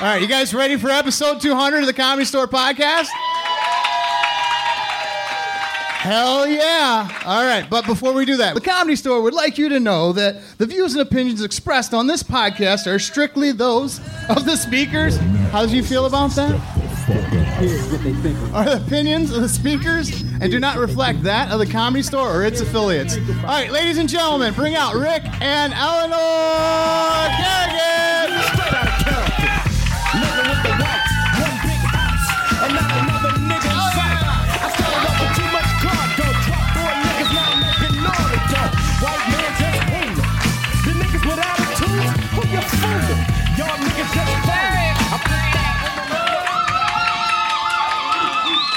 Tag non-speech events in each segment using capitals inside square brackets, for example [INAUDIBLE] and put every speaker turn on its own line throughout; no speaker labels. All right, you guys ready for episode 200 of the Comedy Store podcast? Hell yeah. All right, but before we do that, the Comedy Store would like you to know that the views and opinions expressed on this podcast are strictly those of the speakers. How do you feel about that? Are the opinions of the speakers and do not reflect that of the Comedy Store or its affiliates. All right, ladies and gentlemen, bring out Rick and Eleanor Kerrigan.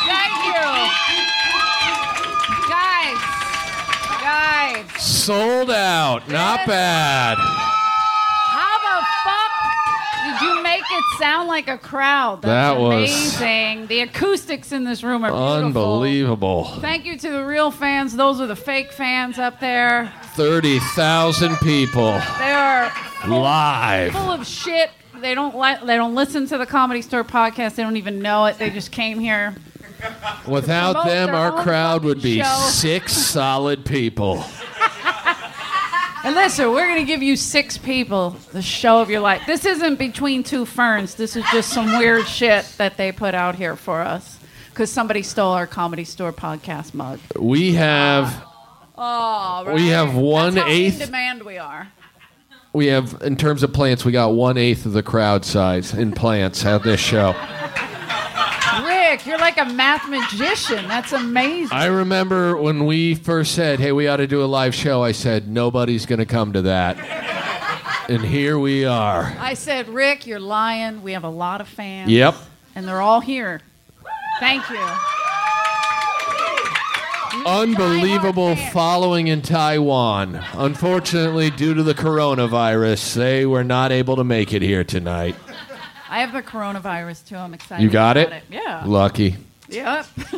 Thank you. Guys. Guys.
Sold out. Not
Yes.
bad.
How the fuck did you make it sound like a crowd? That's
That was-
amazing. The acoustics in this room are beautiful.
Unbelievable.
Thank you to the real fans. Those are the fake fans up there.
30,000 people
They are
live.
full of shit. They don't like they don't listen to the comedy store podcast. They don't even know it. They just came here.
Without
promote
them,
their
our
own
crowd would
fucking
be
show.
six solid people.
And listen, we're going to give you six people the show of your life. This isn't between two ferns. This is just some weird shit that they put out here for us because somebody stole our comedy store podcast mug.
We have
Oh, right.
We have one
That's how in
eighth-
demand we are.
we have in terms of plants, we got one eighth of the crowd size in plants at this show.
Rick, you're like a math magician. That's amazing.
I remember when we first said, "Hey, we ought to do a live show." I said, "Nobody's going to come to that," and here we are.
I said, Rick, you're lying. We have a lot of fans.
Yep.
And they're all here. Thank you.
Unbelievable following in Taiwan. Unfortunately, due to the coronavirus, they were not able to make it here tonight.
I have the coronavirus too. I'm excited.
You got it?
about Yeah.
Lucky.
Yep. [LAUGHS]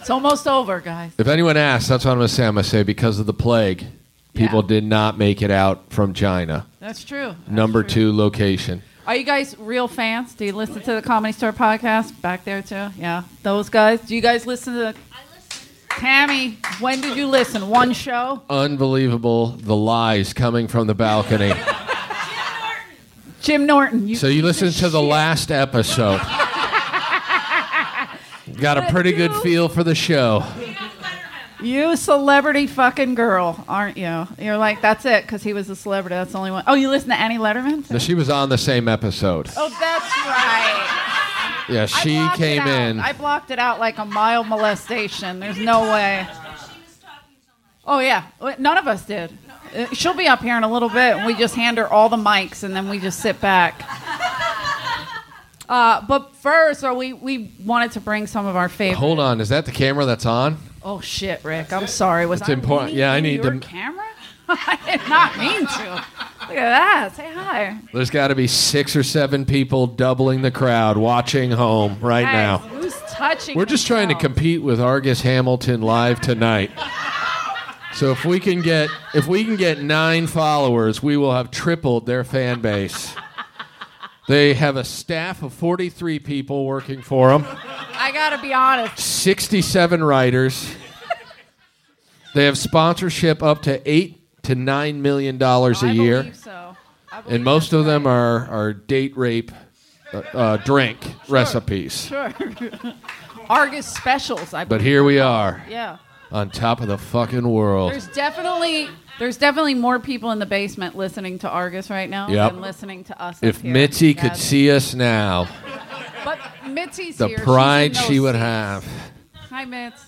it's almost over, guys.
If anyone asks, that's what I'm going to say. I'm going to say because of the plague, people
Yeah.
did not make it out from China.
That's true. That's
Number
true.
two location.
Are you guys real fans? Do you listen to the Comedy Store podcast back there too? Yeah. Those guys. Do you guys listen to the. Tammy, when did you listen? One show?
Unbelievable. The lies coming from
[LAUGHS]
the balcony.
Jim Norton. You
So you listened to the
shit.
last episode. Got a pretty good feel for the show.
You celebrity fucking girl, aren't you? You're like, that's it, because he was a celebrity. That's the only one. Oh, you listen to Annie Letterman?
No, She was on the same episode.
Oh, that's right.
Yeah,
I
she
blocked it
came
out.
in.
I blocked it out like a mild molestation. There's no way. Oh yeah, Wait, none of us did. Uh, She'll be up here in a little bit, and we just hand her all the mics, and then we just sit back. Uh, but first, are we we wanted to bring some of our favorite.
Hold on, is that the camera that's on?
Oh shit, Rick! I'm sorry. Was
It's
I
important.
leaning
Yeah, I
into
need
your
to-
camera. [LAUGHS] I did not mean to. Look at that. Say hi.
There's got to be six or seven people doubling the crowd watching home right
Guys,
now.
who's touching?
We're just trying to
themselves?
compete with Argus Hamilton live tonight. So if we can get if we can get 9 followers, we will have tripled their fan base. They have a staff of 43 people working for them,
I gotta be honest.
67 writers. They have sponsorship up to 8 to 9 million dollars a
I
year.
Believe so. I believe
and most
that's
of them are, are date rape uh, uh, drink recipes.
right. Argus specials. I
But
believe.
here we are
yeah.
on top of the fucking world.
There's definitely there's definitely more people in the basement listening to Argus right now
Yep.
than listening to us.
If
up here.
Mitzi could
That's-
see us now,
but Mitzi's
the
here. She's in
pride
those
she would
seats.
have.
Hi, Mitz.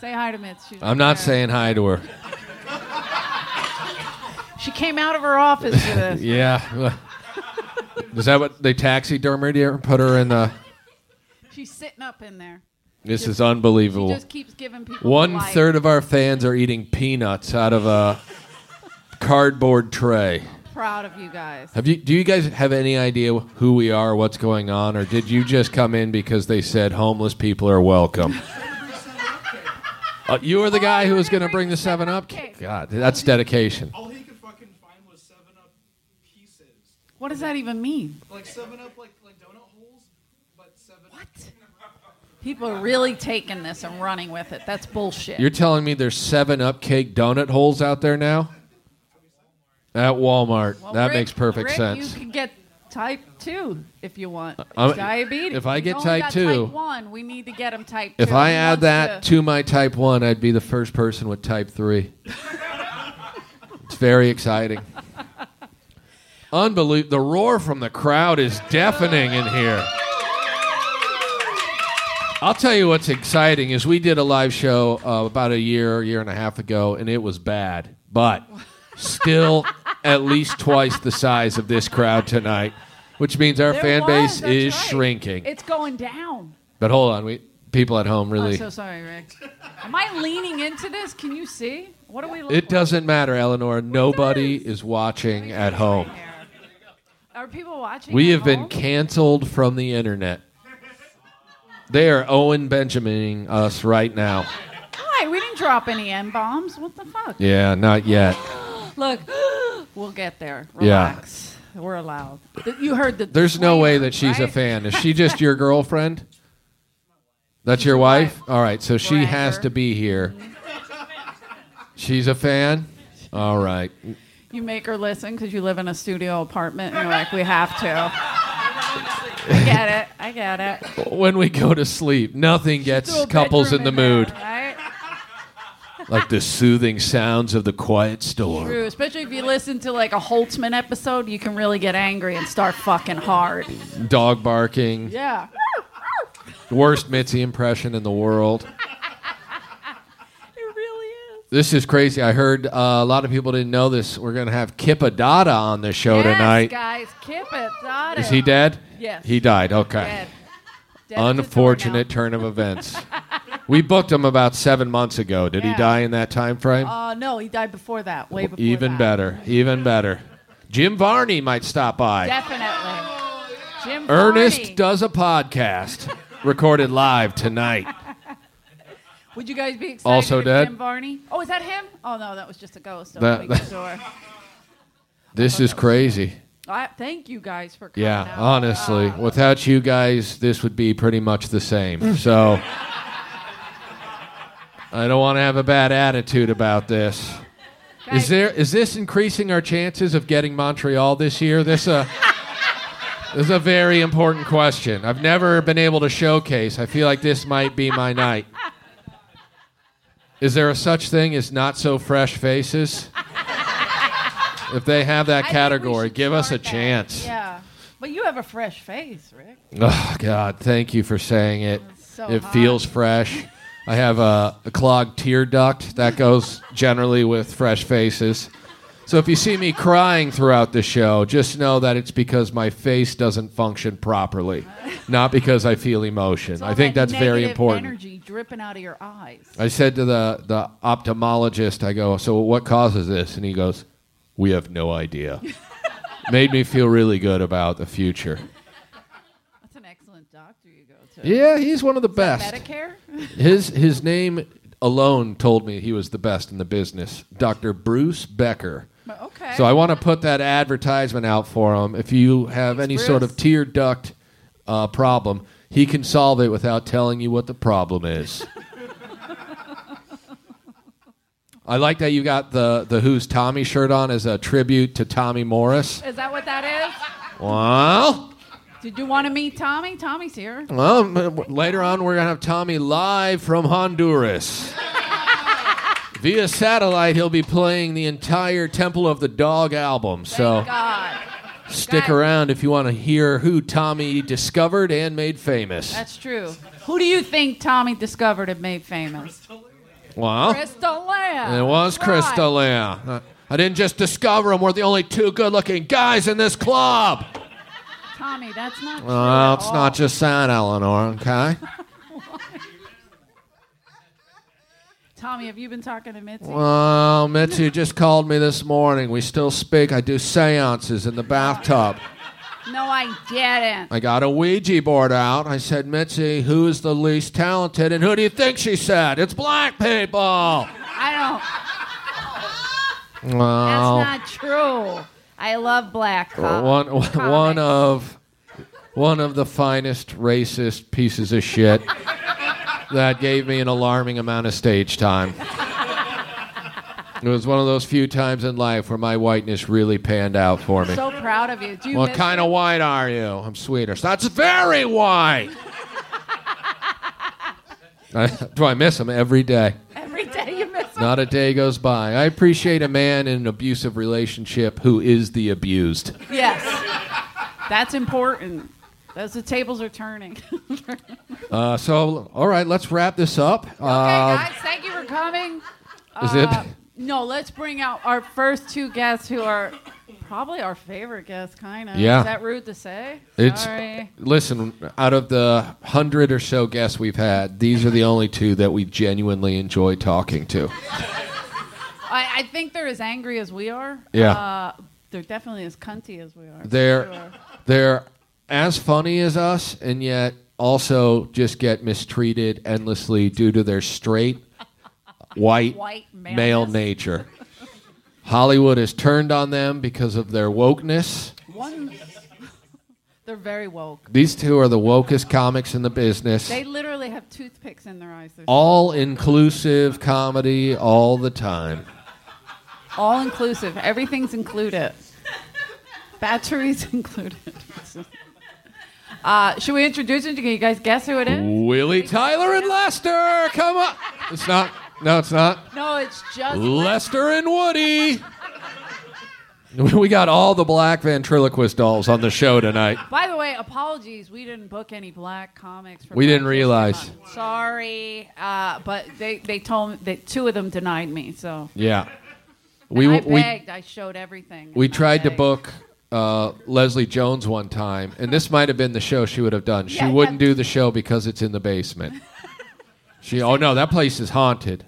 Say hi to Mitz. She's
I'm not
there.
saying hi to her.
she came out of her office for this.
[LAUGHS] Yeah. Is that what they taxidermied her? Put her in the.
She's sitting up in there.
This is
She
unbelievable.
just keeps giving people
One
life.
third of our fans are eating peanuts out of a cardboard tray.
Proud of you guys.
Have you? Do you guys have any idea who we are, what's going on, or did you just come in because they said homeless people are welcome? [LAUGHS] Uh, you were the guy who was going to bring the Seven Up.
cake.
God, that's dedication.
All he could fucking find was Seven Up pieces.
What does that even mean?
Like seven up, like like donut holes, but seven.
What? People are really taking this and running with it. That's bullshit.
You're telling me there's seven up cake donut holes out there now? At Walmart.
Well,
that
Rick-
makes perfect
Rick,
sense.
You can get type two if you want.
I'm-
It's diabetes.
if I
We've
get
only
type
got
two-
type one, we need to get him type.
If
two.
I
He
add
wants
that
to-
to my type 1, I'd be the first person with type 3. it's very exciting. Unbelievable. The roar from the crowd is deafening in here. I'll tell you what's exciting is we did a live show uh, about a year, year and a half ago, and it was bad, but
[LAUGHS]
still at least twice the size of this crowd tonight, which means our
There
fan
was,
base
that's
is
right.
shrinking.
It's going down.
but hold on, we people at home
I'm
really.
Oh, so sorry, Rick. Am I leaning into this? Can you see? What do we look
It
like?
doesn't matter, Eleanor. Nobody is watching at home.
Are people watching?
We
at
have been
home?
canceled from the internet. They are Owen Benjamining us right now.
Why? We didn't drop any N bombs. What the fuck?
Yeah, not yet.
Look, [GASPS] we'll get there.
Yeah.
Relax. We're allowed. Th- You heard the.
There's no way
disclaimer,
that she's a
right?
fan. Is she just your girlfriend? That's your wife? All right, so she has
Bragger.
to be here. She's a fan? All right.
You make her listen because you live in a studio apartment and you're like, we have to. I get it. I get it.
When we go to sleep, nothing
Do
gets
a
couples in
bedroom
the mood
there, right?
like the soothing sounds of the quiet storm.
True, especially if you listen to like a Holtzman episode, you can really get angry and start fucking hard.
Dog barking.
Yeah.
Worst Mitzi impression in the world.
It really is.
This is crazy. I heard uh, a lot of people didn't know this. We're going to have Kippa Dada on the show
yes,
Oh, tonight.
guys. Kip it. Got
Is
it.
he dead?
Yes.
He died. Okay.
Dead. Dead at the
Unfortunate
doornail.
turn
[LAUGHS]
of events. we booked him about seven months ago. Did he
Yeah.
die in that time frame?
Uh, no, he died before that. Way before
Even
that.
better. Even better. Jim Varney might stop by.
Definitely. Jim
Ernest
Varney.
does a podcast recorded live tonight.
Would you guys be excited
Also
if
dead?
Jim Varney? Oh, is that him? Oh no, that was just a ghost.
That-
opening the door. [LAUGHS]
This is crazy.
I, thank you guys for coming.
Yeah,
out.
honestly,
Uh,
without you guys, this would be pretty much the same. So I don't want to have a bad attitude about this. Is
guys,
there is this increasing our chances of getting Montreal this year? This a this is a very important question. I've never been able to showcase. I feel like this might be my night. Is there a such thing as not so fresh faces? If they have
I
that
think we
category,
should
give us a
start that.
chance.
Yeah, but you have a fresh face, Rick.
Oh God, thank you for saying it.
so
it
hot.
feels fresh. I have a, a clogged tear duct that goes generally with fresh faces. So if you see me crying throughout the show, just know that it's because my face doesn't function properly, not because I feel emotion. I
All
think
that
that's very
negative
important.
Energy dripping out of your eyes.
I said to the, the ophthalmologist, I go, So what causes this? And he goes, We have no
[LAUGHS]
idea. Made me feel really good about the future.
That's an excellent doctor you go to.
Yeah, he's one of the best.
Medicare. [LAUGHS]
His his name alone told me he was the best in the business, Dr. Bruce Becker.
okay.
So I want to put that advertisement out for him. If you have any sort
Bruce.
of tear duct uh, problem, he can solve it without telling you what the problem is. I like that you got the the Who's Tommy shirt on as a tribute to Tommy Morris.
is that what that
Well,
is? Did you want to meet Tommy? Tommy's here.
well, m- w- later on, we're going to have Tommy live from Honduras. Via satellite, he'll be playing the entire Temple of the Dog album. So
Thank God.
stick
guys.
around if you want to hear who Tommy discovered and made famous.
That's true. Who do you think Tommy discovered and made famous?
Wow.
Crystal Lamb.
And it was
Right.
Crystal Leah. Uh, I didn't just discover him. We're the only two good looking guys in this club.
Tommy, that's not true.
Well,
at
it's
all.
not just that, Eleanor, okay?
Tommy, have you been talking to Mitzi?
Well, Mitzi just called me this morning. We still speak. I do seances in the bathtub.
no, I didn't.
I got a Ouija board out. I said, Mitzi, who is the least talented? And who do you think she said? It's black people.
I don't. That's
Well,
not true. I love black.
Or
Co-
one one
comics.
of one of the finest racist pieces of shit that gave me an alarming amount of stage time. It was one of those few times in life where my whiteness really panned out for me.
So proud of you. Do you
what
miss
kind of white are you? I'm Swedish. That's very white. Do [LAUGHS] I miss him every day?
every day you miss
Not a day goes by. I appreciate a man in an abusive relationship who is the abused.
Yes. That's important. Those the tables are turning. [LAUGHS] okay,
Uh, so, all right, let's wrap this up. Uh,
guys, thank you for coming.
is it?
Uh, no, let's bring out our first two guests who are probably our favorite guests, kind of.
Yeah.
Is that rude to say?
It's
Sorry.
listen. Out of the hundred or so guests we've had, these are the only two that we genuinely enjoy talking to.
I, I think they're as angry as we are.
Yeah.
Uh, they're definitely as cunty as we are. for
They're
sure.
they're as funny as us, and yet also just get mistreated endlessly due to their straight white,
White
male
maleness.
nature. Hollywood has turned on them because of their wokeness.
One, [LAUGHS] they're very woke.
These two are the wokest comics in the business.
They literally have toothpicks in their eyes. They're
all inclusive comedy all the time.
all inclusive. Everything's included. Batteries [LAUGHS] included. Uh, should we introduce it? Can you guys guess who it is?
Willie Tyler and Lester, come on! It's not. No, it's not.
No, it's just
Lester and Woody. We got all the black ventriloquist dolls on the show tonight.
By the way, apologies. We didn't book any black comics. For
We didn't
Black
realize.
History Month. Sorry, uh, but they, they told me that two of them denied me. So
Yeah, we
I
we
begged. I showed everything.
we
and I
tried to
begged.
book uh, Leslie Jones one time, and this might have been the show she would have done. She
Yeah,
wouldn't
yeah.
do the show because it's in the basement. She, oh no, that place is haunted.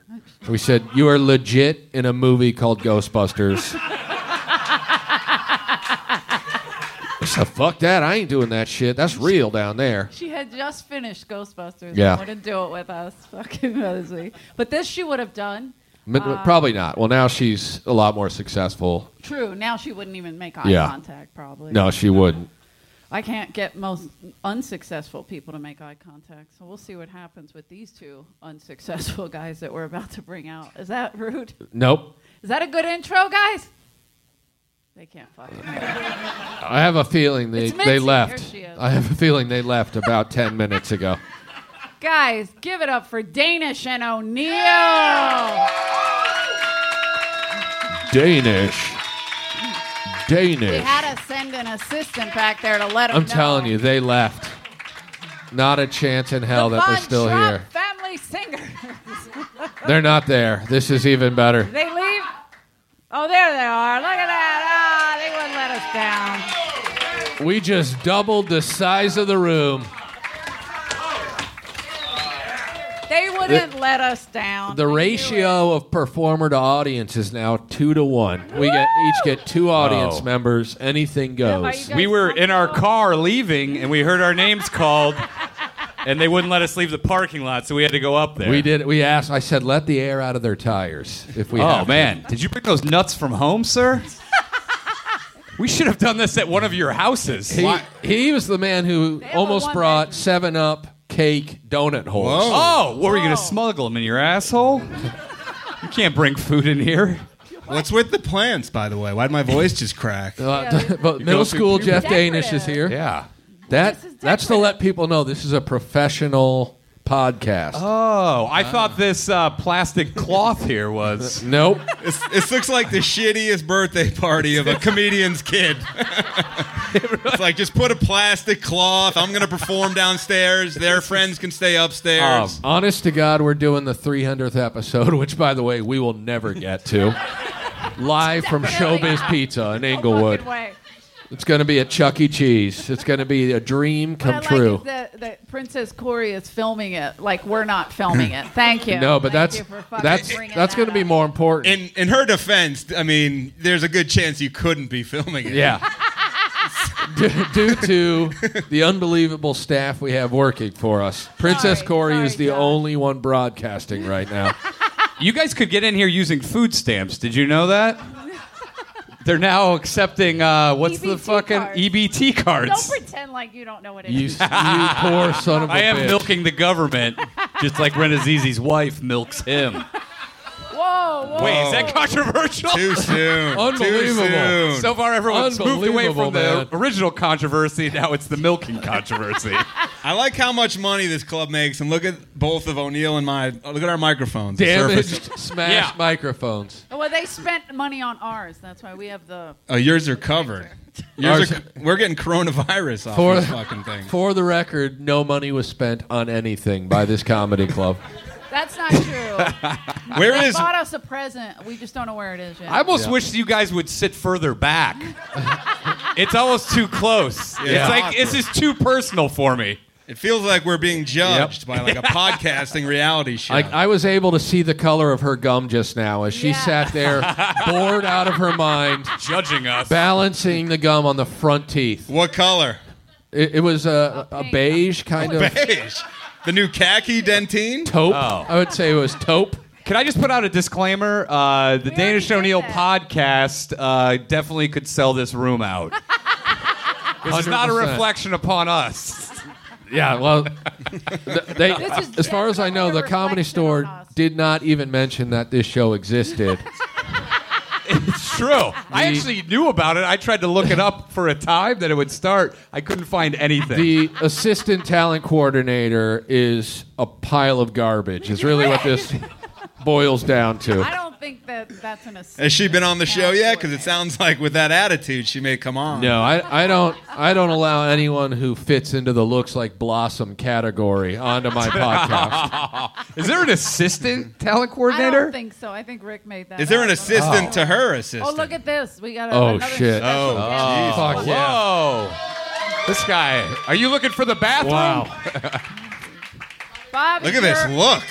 We said you are legit in a movie called Ghostbusters. [LAUGHS] so fuck that. I ain't doing that shit. That's real down there.
She had just finished Ghostbusters.
Yeah.
and wouldn't do it with us. [LAUGHS] Fucking Leslie. But this she would have done.
M- probably not. Well, now she's a lot more successful.
True. Now she wouldn't even make eye
Yeah.
contact. Probably.
No, she wouldn't.
I can't get most unsuccessful people to make eye contact, so we'll see what happens with these two unsuccessful [LAUGHS] guys that we're about to bring out. Is that rude?
Nope.
Is that a good intro, guys? They can't fucking.
I have a feeling they,
It's Mitzi.
they left.
Here she is.
I have a feeling they left about 10 minutes ago.
Guys, give it up for Danish and O'Neill.
Danish.
We
Danish.
had to send an assistant back there to let them
I'm telling you, they left. Not a chance in hell that they're still here.
Family singers.
They're not there. This is even better.
They leave. Oh, there they are. Look at that. Ah, they wouldn't let us down.
We just doubled the size of the room.
They wouldn't let us down.
The
We knew it.
ratio of performer to audience is now two to one. We get each get two audience
Oh.
members. Anything
Am I- you
goes.
guys
We were in our car leaving, and we heard our names called, and they wouldn't let us leave the parking lot, so we had to go up there.
We did. We asked. I said, "Let the air out of their tires." If we.
Oh
have to."
man, did you bring those nuts from home, sir? [LAUGHS] we should have done this at one of your houses.
He, he was the man who
have a
almost
one
brought
bedroom.
Seven Up, cake, donut holes.
Oh, what were you gonna
Whoa.
smuggle them in your asshole? you can't bring food in here.
What's with the plants, by the way? Why'd my voice just crack?
Uh,
Yeah, we-
[LAUGHS] but middle
go through
school
puberty.
Jeff Danish is here.
Yeah.
That
This is
that's to
decorative.
let people know this is a professional podcast.
Oh, I thought this uh, plastic cloth here [LAUGHS] was.
Nope.
This, this looks like the shittiest birthday party of a comedian's
[LAUGHS]
kid. it's like just put a plastic cloth. I'm gonna perform downstairs. Their friends can stay
Um,
upstairs.
Honest to God, we're doing the 300th episode, [LAUGHS] which, by the way, we will never get to.
[LAUGHS]
Live from
Definitely
Showbiz
not.
Pizza in
No fucking
Inglewood.
way.
It's going to be at Chuck E. Cheese. It's going to be a dream
What
come
I
true.
Like is that, that Princess Corey is filming it. Like we're not filming
[LAUGHS]
it. Thank you.
no, but
Thank you for
that's
fucking
that's
bringing
that's
that
going to be
up.
more important.
in in her defense, I mean, there's a good chance you couldn't be filming it.
Yeah. D-
[LAUGHS]
Due to the unbelievable staff we have working for us, Princess
Sorry,
Corey
sorry,
is the
Josh.
only one broadcasting right now.
You guys could get in here using food stamps. Did you know that? They're now accepting uh, what's the
EBT
fucking
E cards.
EBT
Don't
cards.
pretend like you don't know what it
You,
is.
you poor son of
[LAUGHS]
a
I am
bitch.
milking the government, just like Renazizi's wife milks him.
Whoa, whoa.
Wait, is that controversial?
Too soon.
Unbelievable.
Too soon.
So far, everyone's moved away
Unbelievable,
from the
man.
original controversy. Now it's the milking controversy.
I like how much money this club makes, and look at both of O'Neill and my. Look at our microphones. the surface.
Damaged, [LAUGHS] smashed
Yeah.
microphones.
Well, they spent money on ours. That's why we have the.
Oh, yours are covered.
Ours-
Yours are, we're getting coronavirus off
For-
this fucking thing.
For the record, no money was spent on anything by this
[LAUGHS]
comedy club.
That's not
[LAUGHS]
true.
Where
they
is?
bought us a present. We just don't know where it is yet.
[LAUGHS] I almost wish you guys would sit further
[LAUGHS]
back. it's almost too close. It's
Yeah.
like this is too personal for me.
It feels like we're being judged
[LAUGHS]
by like a podcasting reality show.
Like I was able to see the color of her gum just now as she
Yeah.
[LAUGHS]
sat there, bored out of her mind,
Judging us.
balancing the gum on the front teeth.
what color?
It, it was a, a
pink.
beige
Oh,
kind of
Beige. The new khaki dentine.
taupe.
Oh.
I would say it was taupe.
Can I just put out a disclaimer? Uh, the
We
Danish
already did
O'Neill
that.
podcast uh, definitely could sell this room
[LAUGHS]
out. this is not a
100%.
reflection upon
[LAUGHS]
us.
Yeah, well, th- they,
This is
as far as I know, the
definitely a
comedy
reflection
store
on us.
did not even mention that this show existed.
It's true. I
The-
actually knew about it. I tried to look it up for a time that it would start. I couldn't find anything.
the assistant talent coordinator is a pile of garbage. Is really what this boils down
I
to.
don't think that that's an assumption.
Has she been on the show yet? Because it sounds like with that attitude, she may come on.
No, I, I don't I don't allow anyone who fits into the looks like blossom category onto
[LAUGHS]
my podcast.
Is there an assistant talent
I
coordinator?
don't think so. I think Rick made that.
Is there an
up.
assistant to her
Oh,
assistant?
look at this. We got a,
Oh,
another
shit.
special
Oh,
guest.
Fuck yeah!
Whoa. This guy. Are you looking for the bathroom?
Wow.
Bob,
Look at this
you're-
look.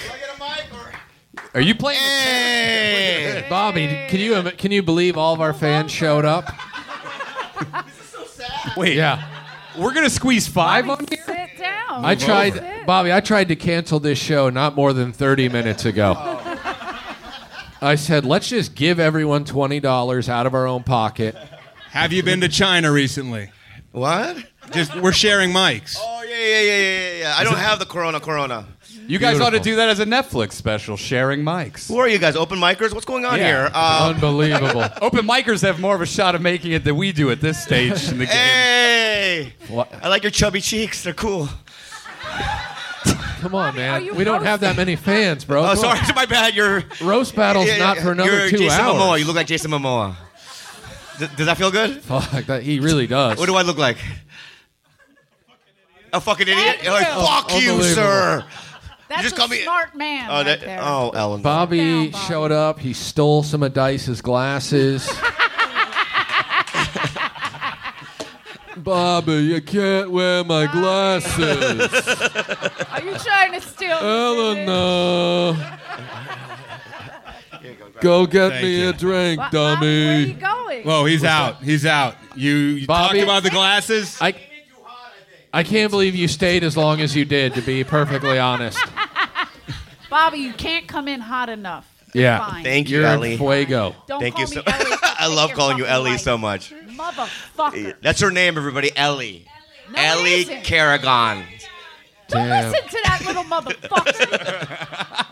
Are you playing?
Hey.
Bobby, can you can you believe all of our fans showed up?
Wait.
Yeah,
We're gonna squeeze five on
Bobby,
here.
Sit down.
I tried,
Sit.
Bobby. I tried to cancel this show not more than thirty minutes
[LAUGHS]
ago. I said, let's just give everyone twenty dollars out of our own pocket.
Have you been to China recently?
What?
Just we're sharing mics.
Oh yeah, yeah, yeah, yeah, yeah, yeah. I don't have the Corona, Corona.
You guys ought to
Beautiful.
do that as a Netflix special, sharing mics.
Who are you guys? Open micers? What's going on
Yeah.
here? Uh, [LAUGHS]
Unbelievable.
Open micers have more of a shot of making it than we do at this stage in the game.
hey,
What?
I like your chubby cheeks. They're cool.
Come on,
are
man.
you
We don't have that many fans, bro.
[LAUGHS] Oh,
Come
sorry,
on.
my bad. You're
Roast battle's
yeah,
not
yeah,
for another
you're
two
Jason
hours.
Momoa. You look like Jason Momoa. D- does that feel good?
Fuck, that, he really does.
What do I look like? A fucking idiot. You're like, fuck you,
Unbelievable.
sir.
That's
just
a
call me-
smart man.
Oh,
right
that,
there.
oh, Ellen.
Bobby
Sit down, Bobby.
showed up. He stole some of Dice's
[LAUGHS]
glasses. Bobby, you can't wear my glasses.
Are you trying to
[LAUGHS]
steal?
Eleanor. Go get
Thank
me
you.
a drink,
Bob, Where are you
dummy.
going?
Whoa, he's out. He's out. You, you talked
Bobby?
about the glasses.
I, I can't believe you stayed as long as you did, to be perfectly honest.
Bobby, you can't come in hot enough. You're
Yeah.
fine.
Thank you,
You're
Ellie.
in fuego.
Don't
Thank
call
you
me
so- [LAUGHS]
Ellie.
I love
Your
calling you
fucking
Ellie
life.
so much.
Motherfucker.
That's her name, everybody. Ellie.
No, it
Ellie
isn't.
Carragon.
Don't
Damn.
listen to that little motherfucker.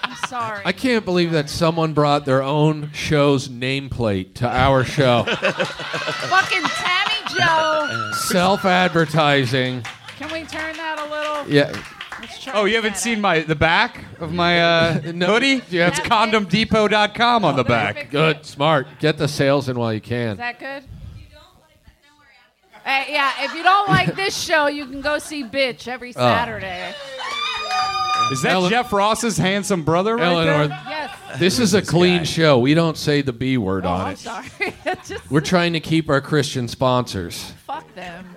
[LAUGHS]
I'm sorry.
I can't believe that someone brought their own show's nameplate to our
[LAUGHS]
show.
Fucking Tammy
[LAUGHS]
Joe.
Self advertising.
Can we turn that a little?
Yeah.
Let's try
Oh, you haven't
that
seen
out.
my the back of my
[LAUGHS]
uh, hoodie?
You have-
It's condomdepot.com on the back.
Perfect.
Good, smart. Get the sales in while you
Is
can.
that good? Uh, yeah, if you don't like this show, you can go see Bitch
Oh.
every Saturday.
Is that
Ele-
Jeff Ross's handsome brother right
Eleanor,
there?
Yes.
this is a clean
guy.
show. We don't say the B word
Oh,
on
I'm
it.
sorry. [LAUGHS] Just
We're trying to keep our Christian sponsors.
fuck them.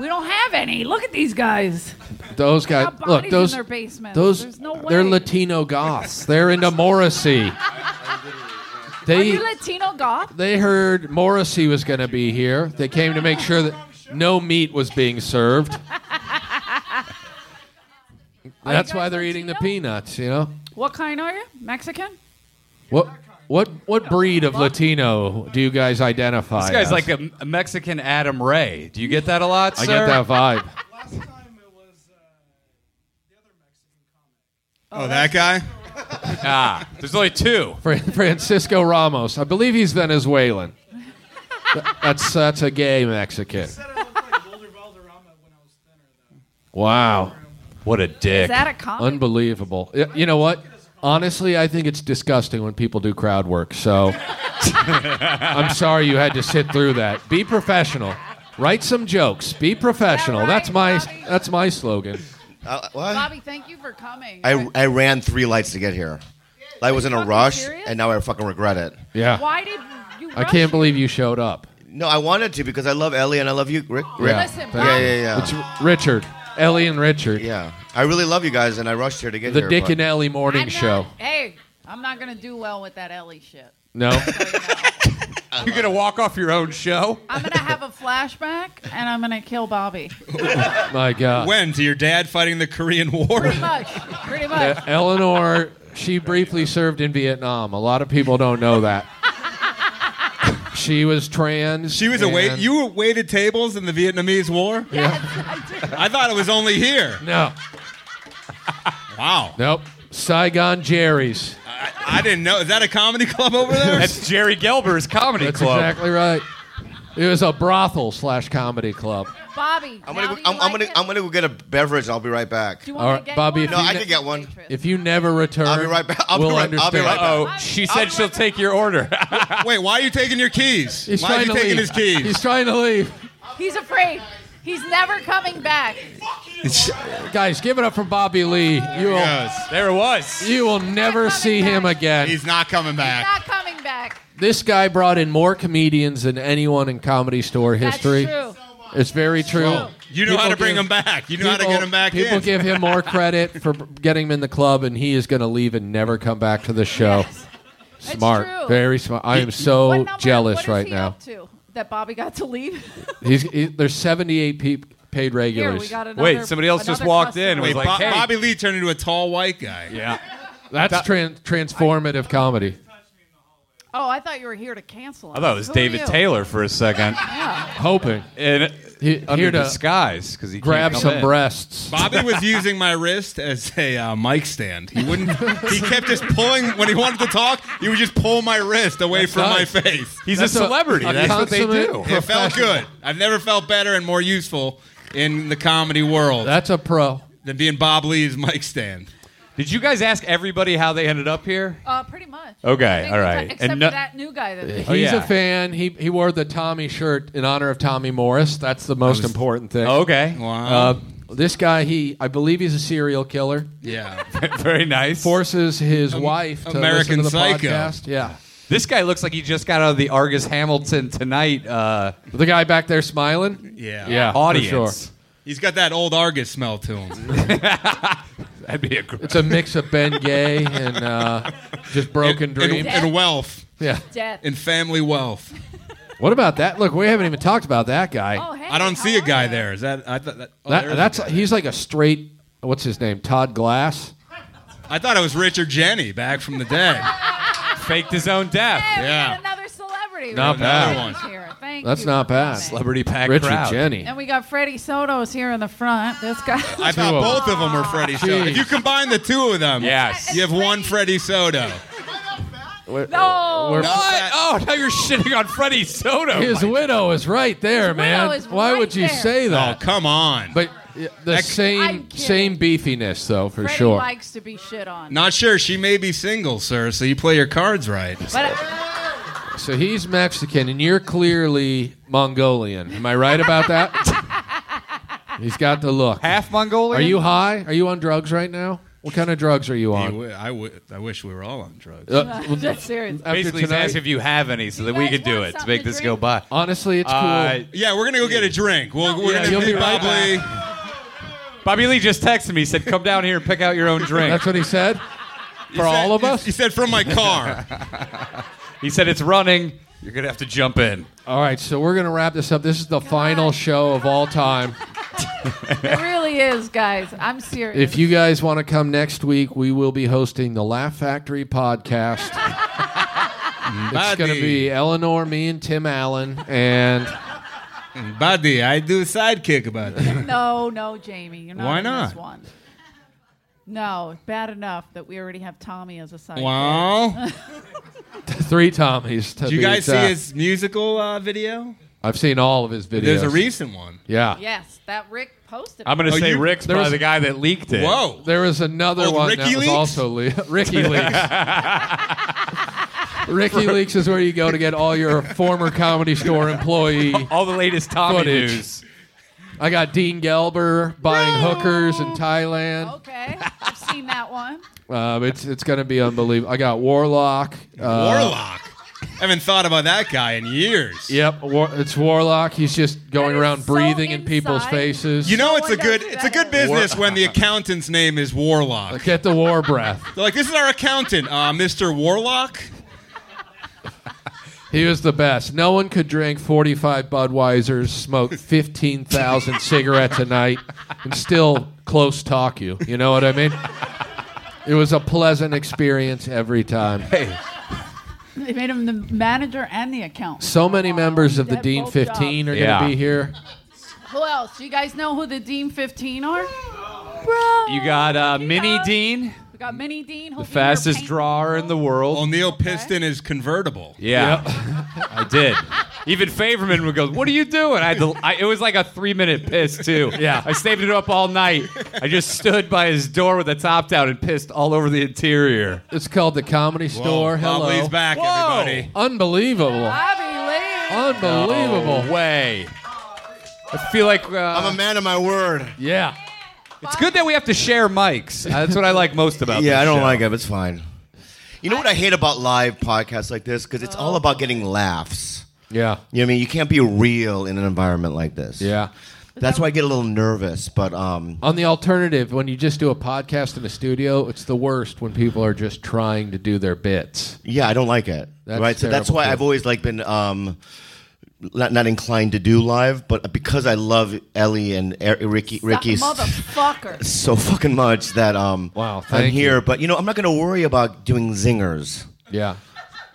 We don't have any. Look at these guys.
Those guys,
Got bodies
look, those,
in their basements.
those,
There's no way.
they're Latino goths. They're
[LAUGHS]
into Morrissey.
Are
They,
you Latino goth?
they heard Morrissey was going to be here. They came to make sure that no meat was being served. That's why they're eating the
Latino?
peanuts, you know?
What kind are you? Mexican?
What? What what breed of Latino do you guys identify?
This guy's
as?
like a, a Mexican Adam Ray. Do you get that a lot, sir?
I get that vibe.
[LAUGHS] Last time it was uh, the other Mexican comic.
Oh, that guy?
Ah, there's only two.
Fran- [LAUGHS] Francisco Ramos. I believe
[LAUGHS]
he's Venezuelan. Th- That's that's a gay Mexican.
Said I looked like Wilder Valderrama when I was thinner, though.
Wow,
What a dick.
Is that a comic?
unbelievable. Y- You know what? Honestly, I think it's disgusting when people do crowd work. So [LAUGHS] I'm sorry you had to sit through that. Be professional. Write some jokes. Be professional.
right,
that's my
Bobby?
that's my slogan.
Uh, what?
Bobby, thank you for coming.
I, I ran three lights to get here. I was in
Are
a
you
rush,
serious?
and now I fucking regret it.
Yeah.
Why did you?
I
rush it?
can't believe you showed up.
No, I wanted to because I love Ellie and I love you, Rick. Rick.
Yeah.
Oh, Listen, Bob,
Yeah, yeah, yeah.
It's Richard, Ellie and Richard,
Yeah. I really love you guys, and I rushed here to get
the
here.
Dick
but-
and Ellie morning
I'm not-
show.
Hey, I'm not gonna do well with that Ellie shit.
No.
You're going to walk off your own show?
I'm gonna have a flashback and I'm gonna kill Bobby.
My God.
When? To your dad fighting the Korean War?
Pretty much. Pretty much.
Uh, Eleanor, she briefly served in Vietnam. A lot of people don't know that. She was trans.
She was a wait.
and-
You were waited tables in the Vietnamese War?
Yes, I did.
I thought it was only here.
No.
Wow.
Nope. Saigon Jerry's.
I, I didn't know. Is that a comedy club over there?
That's Jerry Gelber's comedy
That's
club.
exactly right. It was a brothel slash comedy club.
Bobby.
I'm
now
gonna,
do
go,
you
I'm, I'm
like
gonna,
it?
I'm gonna go get a beverage. and I'll be right back.
Do you
All
want
right,
me to get
Bobby,
you
if
one?
you No, I
ne- could get one.
If you never return,
I'll be right back. I'll be
we'll
right- I'll
understand.
be right
Oh,
back.
she said she'll take your order. [LAUGHS]
Wait, why are you taking your keys?
He's
why are
trying
you
to
taking
leave.
his keys?
He's trying to leave.
He's afraid. He's never coming back.
Guys, give it up for Bobby Lee. You will,
Yes.
there it was.
you will never see him again.
He's not coming back.
Not coming back.
This guy brought in more comedians than anyone in comedy store history.
That's true.
It's very true.
You know how
People
to bring
give-
him back. You know how to get him back
people
in.
give him more credit for getting him in the club, and he is going to leave and never come back to the show.
Yes.
Smart,
true.
very smart. I am so
What number-
jealous
what is
right
he
now.
up to that Bobby got to leave. [LAUGHS]
He's he, there's 78 peop paid
Here
regulars.
we got another.
Wait, somebody else just
another
walked
customer.
in.
Wait,
was like,
Bo-
hey.
Bobby Lee turned into a tall white guy.
Yeah.
That's tran- transformative comedy.
Oh, I thought you were here to cancel.
I thought it was David Taylor for a second.
Hoping
And
he,
under
here to
disguise because he can't
grab
come
some
in.
breasts.
Bobby
[LAUGHS]
was using my wrist as a uh, mic stand. He wouldn't. He kept just pulling when he wanted to talk. He would just pull my wrist away
That's
from
nice.
my face.
He's
That's
a
a-
celebrity.
a
That's what they
consummate-
do.
It felt good. I've never felt better and more useful in the comedy world
That's a pro.
than being Bob Lee's mic stand.
Did you guys ask everybody how they ended up here?
Uh, pretty much.
Okay,
I think
all
it's-
right.
Except
And
for
no-
that new guy that.
He's
Oh, yeah.
a fan. He he wore the Tommy shirt in honor of Tommy Morris. That's the most important thing.
Oh.
Okay.
Wow.
Uh, this guy, he I believe he's a serial killer.
yeah.
[LAUGHS] Very nice.
Forces his wife to listen
American
to the
Psycho.
podcast. Yeah,
This guy looks like he just got out of the Argus Hamilton tonight uh,
the guy back there smiling.
Yeah.
[LAUGHS] Yeah, for
audience.
sure.
He's got that old Argus smell to him.
That'd be a great.
It's a mix of Ben Gay and uh, just broken
And, [LAUGHS]
dreams.
and wealth.
yeah.
Death.
And family wealth.
What about that? Look, we haven't even talked about that guy.
Oh, hey,
I don't
how
see a
are
guy
you?
there. Is that I thought that, oh,
That-
there is a
that's
guy.
he's like a straight. What's his name? Todd Glass.
I thought it was Richard Jenny back from the dead.
Faked his own
Hey,
death.
we
Yeah.
got another celebrity.
Not
We got
bad.
James Here. Thank
That's
you
not
for
bad.
coming.
Celebrity pack
Richard
crowd.
Jenny.
And we got Freddie Soto's here in the front. This guy.
I thought
of
both of them were Freddie Soto.
Jeez.
If you combine the two of them,
Yes.
you have one Freddie Soto.
We're-
[LAUGHS] No.
we're-
What? Oh, now you're shitting on Freddie Soto.
His widow is right there,
His widow
man.
is
Why
right
would you
there.
say
Oh,
that?
come on.
But yeah, the
That-
same
I'm kidding.
same beefiness though, for
Freddie
sure.
likes to be shit on.
Not sure. She may be single, sir, so you play your cards right.
But uh, [LAUGHS]
So he's Mexican, and you're clearly Mongolian. Am I right
[LAUGHS]
about that? he's got the look.
Half Mongolian.
Are you high? Are you on drugs right now? What kind of drugs are you
I,
on?
w- I, w- I wish we were all on drugs.
[LAUGHS]
Uh,
that's
[LAUGHS]
serious.
after
Basically, he's
tonight-
asking if you have any so that we
guys
can do
want
it to
something
make
to
this go
drink?
by.
honestly, it's cool.
Uh,
Yeah, we're gonna go get a drink. We'll, we're
yeah,
gonna
you'll
be
be right
probably.
Bobby Lee just texted me. Said, "Come down here and pick out your own drink."
That's what he said. For all of us.
He said from my car.
he said, "It's running. [LAUGHS] You're gonna have to jump in."
All right, so we're gonna wrap this up. This is the final show of all time.
It really is, guys. I'm serious.
If you guys want to come next week, we will be hosting the Laugh Factory podcast. It's going to be Eleanor, me, and Tim Allen, and [LAUGHS]
Buddy, I do sidekick
[LAUGHS]
about that.
No, no, Jamie, you're not.
Why
in this
not?
one. No, bad enough that we already have Tommy as a sidekick.
wow.
three Tommies. To
Do you
be
guys see
exact.
his musical uh, video?
I've seen all of his videos.
There's a recent one.
Yeah.
Yes, that Rick posted.
I'm gonna
Oh,
say
you-
Rick's
there
probably
was-
the guy that leaked it.
Whoa.
There was another
Old
one
Oh, Ricky
that was
Leaks?
also le- [LAUGHS] Ricky
[LAUGHS]
Leaks. Ricky Leaks is where you go to get all your former comedy store employee.
All the latest Tommy
Footage.
news.
I got Dean Gelber buying hookers in Thailand.
okay, I've seen that one.
Um, it's it's going to be unbelievable. I got Warlock. Uh,
Warlock. I haven't thought about that guy in years.
Yep, war, it's Warlock. He's just going
That is
around
so
breathing in people's
inside.
faces.
You
No
know it's a
one
good
does
it's a good
that.
business when the accountant's name is Warlock.
get the war breath.
They're like, this is our accountant, uh, Mr. Warlock.
He was the best. No one could drink 45 Budweisers, smoke 15,000 cigarettes a night, and still close talk you. You know what I mean? It was a pleasant experience every time.
They made him the manager and the accountant.
So many members of the
That
Dean
both
15 are going to
Yeah.
be here.
Who else? You guys know who the Dean 15 are? Bro,
You got uh,
Hey,
Mini
guys.
Dean,
We got Mini Dean, who'll
the
be here
fastest
painting
drawer in the
Oh,
world.
O'Neill Piston is convertible.
Yeah, [LAUGHS] I did. Even Favorman would go, "What are you doing?" I, had to, I it was like a three minute piss too.
[LAUGHS] Yeah.
I saved it up all night. I just stood by his door with the top down and pissed all over the interior.
It's called the Comedy Store.
Whoa, Bob
Hello.
Lee's back,
Whoa.
everybody.
Unbelievable. Oh,
Bobby Lee.
Unbelievable.
No way. I feel like uh,
I'm a man of my word.
Yeah.
it's good that we have to share mics. That's what I like most about.
Yeah,
this
I don't
show.
like it. But it's fine. You know what I hate about live podcasts like this? Because it's
Oh.
all about getting laughs.
Yeah.
You know what I mean? You can't be real in an environment like this.
Yeah.
That's why I get a little nervous. But um,
On the alternative, when you just do a podcast in a studio, it's the worst when people are just trying to do their bits.
yeah, I don't like it.
That's
right. So that's
terrible,
why
too.
I've always like been um, not not inclined to do live, but because I love Ellie and er- Ricky, Ricky
Motherfucker.
so fucking much that um,
Wow,
I'm
thank
here.
you.
But you know, I'm not going to worry about doing zingers.
Yeah.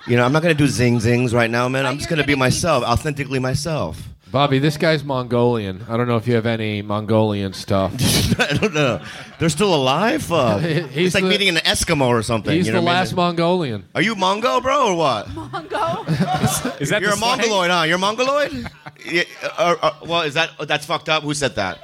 You know, I'm not going to do zing zings right now, man.
But
I'm just
you're
going to be
gonna keep-
myself, authentically myself. [LAUGHS]
Bobby, this guy's Mongolian. I don't know if you have any Mongolian stuff.
I don't know. They're still
[LAUGHS]
alive. Fuck.
He's
it's like
the-
meeting an Eskimo or something.
He's
you know
the
what I mean?
last Mongolian.
Are you Mongo, bro, or what? [LAUGHS]
Mongo.
Is that
You're
the
a
slang?
Mongoloid, huh? You're a Mongoloid. yeah, uh, uh, well, is that oh, that's fucked up? Who said that?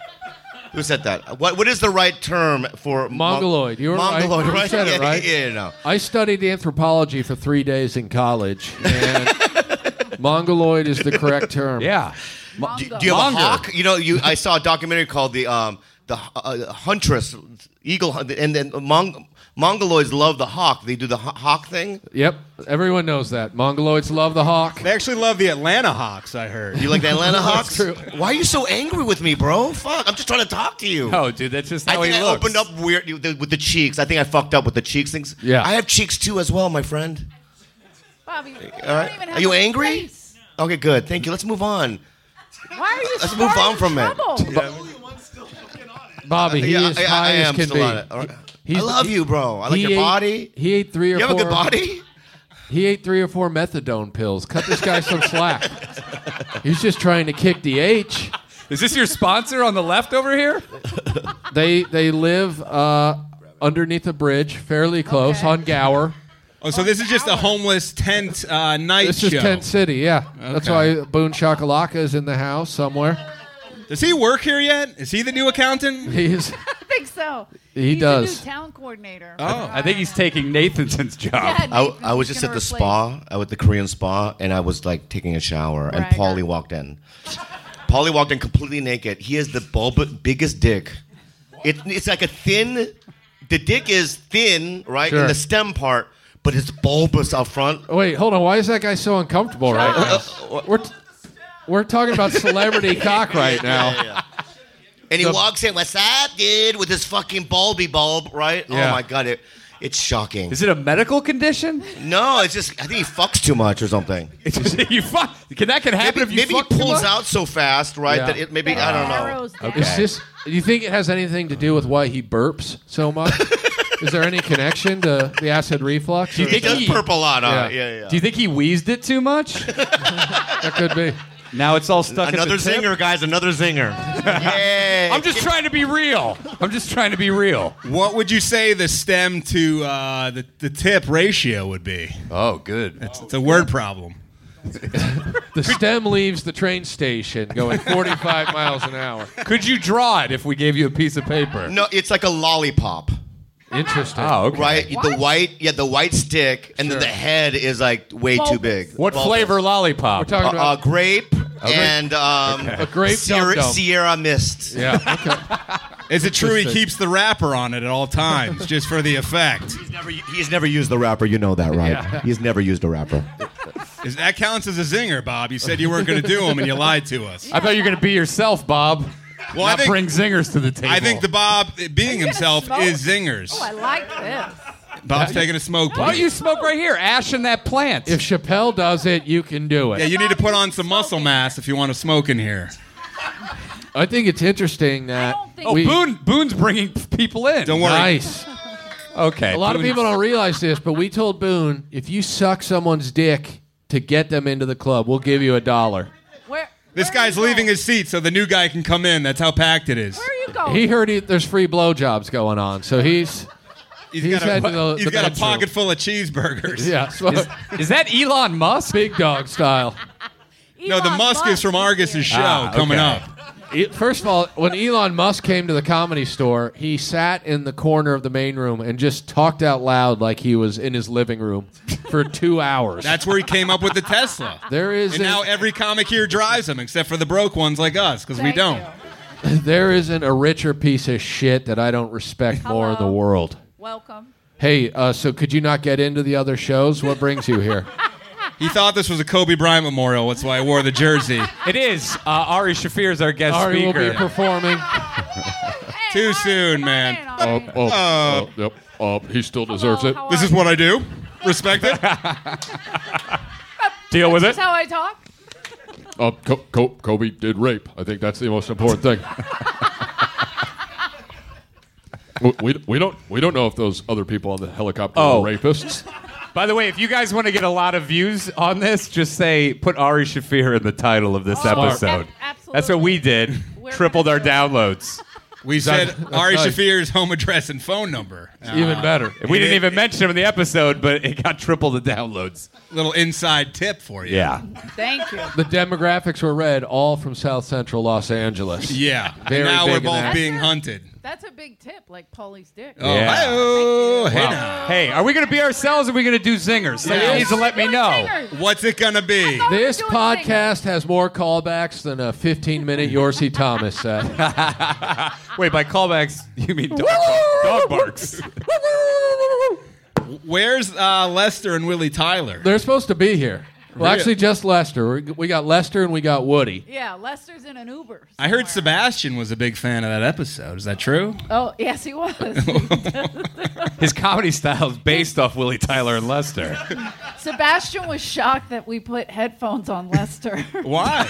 Who said that? What what is the right term for Mon-
Mongoloid. You were right.
Mongoloid,
You
right?
said it
yeah,
right.
Yeah, no.
I studied anthropology for three days in college, and
[LAUGHS]
Mongoloid is the correct term.
Yeah.
Do, do you have
Monger.
a hawk? You know, you. I saw a documentary called the um the uh, huntress eagle, hunt- and then Mong- Mongoloids love the hawk. They do the ho- hawk thing.
Yep. Everyone knows that. Mongoloids love the hawk.
They actually love the Atlanta Hawks, I heard.
You like the
[LAUGHS]
Atlanta Hawks?
true.
Why are you so angry with me, bro? Fuck! I'm just trying to talk to you.
No, Oh, dude, that's just
I
how
think
he
I
looks.
opened up weird with the, with the cheeks. I think I fucked up with the cheeks things.
Yeah.
I have cheeks too as well, my friend.
Bobby, you
All
don't
right.
even have
Are you
a
angry?
face.
Okay, good. Thank you. Let's move on.
Why are you
Let's move
starting
on from it.
trouble?
Bobby, he
Yeah,
is
I, I-
high
I
as
am
can
still
be.
on it. All right.
He's-
I love
he-
you, bro. I like
he
your
ate-
body.
He ate three or
You have
four.
a good body.
He ate three or four methadone pills. Cut this guy some slack. He's just trying to kick the H.
[LAUGHS] Is this your sponsor on the left over here?
They they live uh, underneath a bridge, fairly close
Okay.
on Gower.
Oh, so this is just a homeless tent uh, night
This
show.
is Tent City, yeah. That's
Okay.
why Boone Shakalaka is in the house somewhere.
Does he work here yet? Is he the new accountant?
He's
I think so.
He
He's
does.
A new town coordinator. [LAUGHS]
I think he's taking Nathanson's
[LAUGHS]
job.
Yeah,
Oh. I,
Nathan's
I was just at
gonna
the
replace-
spa. I was at the Korean spa, and I was like taking a shower, and
Right.
Paulie walked in. Paulie walked in completely naked. He has the bulb- biggest dick. It, it's like a thin. The dick is thin, right,
Sure.
in the stem part, but it's bulbous out front.
oh, wait, hold on. Why is that guy so uncomfortable right now? We're t- we're talking about celebrity cock right now.
And he
The-
walks in, what's up, dude, with his fucking bulby bulb, right?
Yeah.
Oh my god, it, it's shocking.
Is it a medical condition?
no, it's just I think he fucks too much or something.
It's just- [LAUGHS] you fuck. Can that can happen
Maybe,
if you
maybe he
fuck too
pulls
much?
out so fast, right?
Yeah.
That it maybe
That
I don't know.
narrows down.
[LAUGHS]
Is this? Do you think it has anything to do with why he burps so much? Is there any connection to the acid reflux?
Do you
Or-
He
think
does
He-
purple a lot on
Yeah.
it. Yeah, yeah.
Do you think he wheezed it too much?
[LAUGHS] that could be?
now it's all stuck.
another
at the tip?
zinger, guys. Another zinger.
[LAUGHS]
Yay.
I'm just trying to be real. I'm just trying to be real.
What would you say the stem to uh, the, the tip ratio would be?
Oh, good.
It's, it's a word problem.
The stem leaves the train station going 45 miles an hour.
Could you draw it if we gave you a piece of paper?
No, it's like a lollipop,
Interesting.
Oh, okay.
right? The
What?
white, yeah, the white stick, and then the head is like way
Bulbous.
too big.
What
Bulbous.
flavor lollipop?
We're talking
Uh, uh,
about.
grape and um,
A grape
Sierra,
dum-dum.
Sierra Mist.
yeah. Okay.
Is it true he
Interesting.
keeps the wrapper on it at all times just for the effect?
He's never, he's never used the wrapper. You know that, right? He's never used a wrapper.
Is, that counts as a zinger, Bob. You said you weren't going to do them and you lied to us.
I thought you were gonna be yourself, Bob.
Well, I
not
think,
bring zingers to the table.
I think the Bob uh, being himself
smoke?
is zingers.
Oh, I like this.
Bob's taking a smoke
Why don't
break.
you smoke right here? Ash in that plant.
If Chappelle does it, you can do it.
Yeah, you need to put on some muscle mass if you want to smoke in here.
I think it's interesting that
don't think-
oh,
we,
Boone, Boone's bringing people in.
Don't worry.
nice.
Okay.
A lot of
Boone-
people don't realize this, but we told Boone if you suck someone's dick to get them into the club, we'll give you a dollar.
Where,
This
where
guy's
are you
leaving
going?
his seat so the new guy can come in. That's how packed it is.
Where are you going?
He heard he, there's free blowjobs going on, so he's [LAUGHS]
he's
He's
got a,
heading to the-
he's
the
got a
men's room.
pocket full of cheeseburgers.
yeah, so-
Is that Elon Musk?
big dog style.
No, the
Elon
Musk is from Argus's show
Ah,
coming
okay.
up.
It- E, First of all, when Elon Musk came to the comedy store, he sat in the corner of the main room and just talked out loud like he was in his living room for two hours.
That's where he came up with the Tesla.
there is [LAUGHS]
And now
an-
every comic here drives them, except for the broke ones like us, because we
Thank
don't.
you.
There isn't a richer piece of shit that I don't respect more in the
Hello.
world.
Welcome.
Hey, uh, so could you not get into the other shows? What brings you [LAUGHS] here?
He thought this was a Kobe Bryant memorial. That's why I wore the jersey.
It is. Uh, Ari Shafir is our guest
Ari will
speaker.
be performing.
Hey,
Too
all right,
soon,
come on
man.
in, all right.
Oh.
Uh,
yep. Oh, he still
Hello, how
This
are
is
you?
what I do.
[LAUGHS]
Respect it.
Deal with
This
it.
is how I talk.
Uh, Kobe did rape. I think that's the most important thing. we, we don't we don't know if those other people on the helicopter
Oh.
rapists.
By the way, if you guys want to get a lot of views on this, just say put Ari Shafir in the title of this
Smart.
episode.
Ab- absolutely.
That's what we did.
We're
Tripled our
gonna do it.
downloads.
We said
That's
Ari
nice.
Shafir's home address and phone number. Uh,
Even better.
And We didn't even mention him in the episode, but it got triple the downloads.
Little inside tip for you.
Yeah.
Thank you.
The demographics were read all from South Central Los Angeles.
Yeah. And
Very
now
big
we're
in
both
that.
being hunted.
That's a big tip, like Paulie's dick.
Oh,
Yeah.
hi-oh. hey now.
Wow. Hey, are we going to be ourselves or are we going to do zingers? Somebody
Yes.
needs to let me
Doing
know.
singers.
What's it gonna be?
thought-
[LAUGHS] This
We're doing
podcast has more callbacks than a 15 minute Yorsey Thomas set. [LAUGHS]
Wait, by callbacks, you mean dog, bark- dog barks.
Where's uh, Lester and Willie Tyler?
They're supposed to be here. Well,
Really?
actually, just Lester. We- We got Lester and we got Woody.
Yeah, Lester's in an Uber.
I
somewhere.
heard Sebastian was a big fan of that episode. Is that true?
Oh, yes, he was.
[LAUGHS]
His comedy style is based off Willie Tyler and Lester.
Sebastian was shocked that we put headphones on [LAUGHS]
[LAUGHS]
Lester.
[LAUGHS]
Why?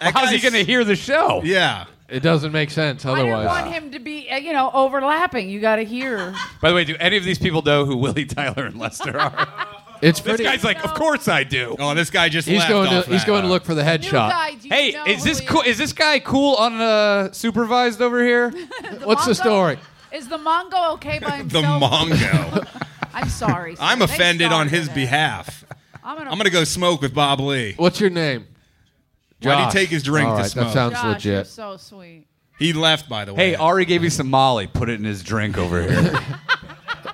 That
How's he
guy's-
going to hear the show?
Yeah.
It doesn't make sense
I didn't
otherwise.
want him to be, uh, you know, overlapping. You got to [LAUGHS] hear.
By the way, do any of these people know who Willie Tyler and Lester are?
It's
this
pretty.
guy's like, of course I do.
Oh, this guy just
he's
laughed
going
off
to he's
that. uh,
going to look for the
New
headshot.
guy, do you
Hey,
know
is
who
this
he
cool? Is this guy cool on uh, supervised over [LAUGHS] here?
What's the
Mongo-
story?
Is the Mongo okay by
[LAUGHS] The
himself?
[LAUGHS]
Mongo.
I'm sorry. sir.
I'm
They
offended on
started
his
it.
behalf.
I'm gonna,
I'm gonna go smoke with Bob Lee.
What's your name?
Why'd he
Josh.
take his drink
All
to
right,
smoke?
That sounds
Josh, You're
legit.
so sweet.
he left, by the way.
hey, Ari gave you some Molly. Put it in his drink over [LAUGHS] here.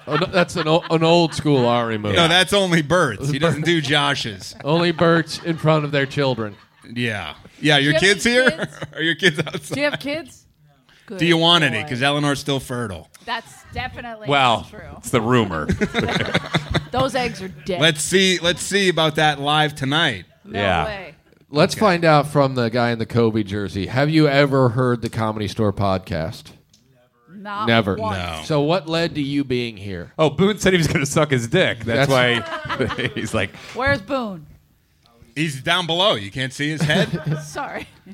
Oh, no, that's an, o- an old school Ari movie.
no, that's only Bert's. He doesn't do Josh's.
Only Bert's in front of their children.
Yeah, yeah.
you
Your
have
kids
any
here?
kids?
[LAUGHS] Are your kids outside?
Do you have kids? Good
Do you want any?
boy.
Because Eleanor's still fertile.
that's definitely
well,
not true.
it's the [LAUGHS] rumor.
Those eggs are dead.
Let's see. Let's see about that live tonight.
no
yeah.
way.
Let's find out from the guy in the Kobe jersey. Have you ever heard the Comedy Store podcast?
Not
Never.
once.
No.
So what led to you being here?
Oh, Boone said he was going to suck his dick. That's, [LAUGHS] why he's like,
Where's Boone?
He's down below. You can't see his head,
Sorry. [LAUGHS]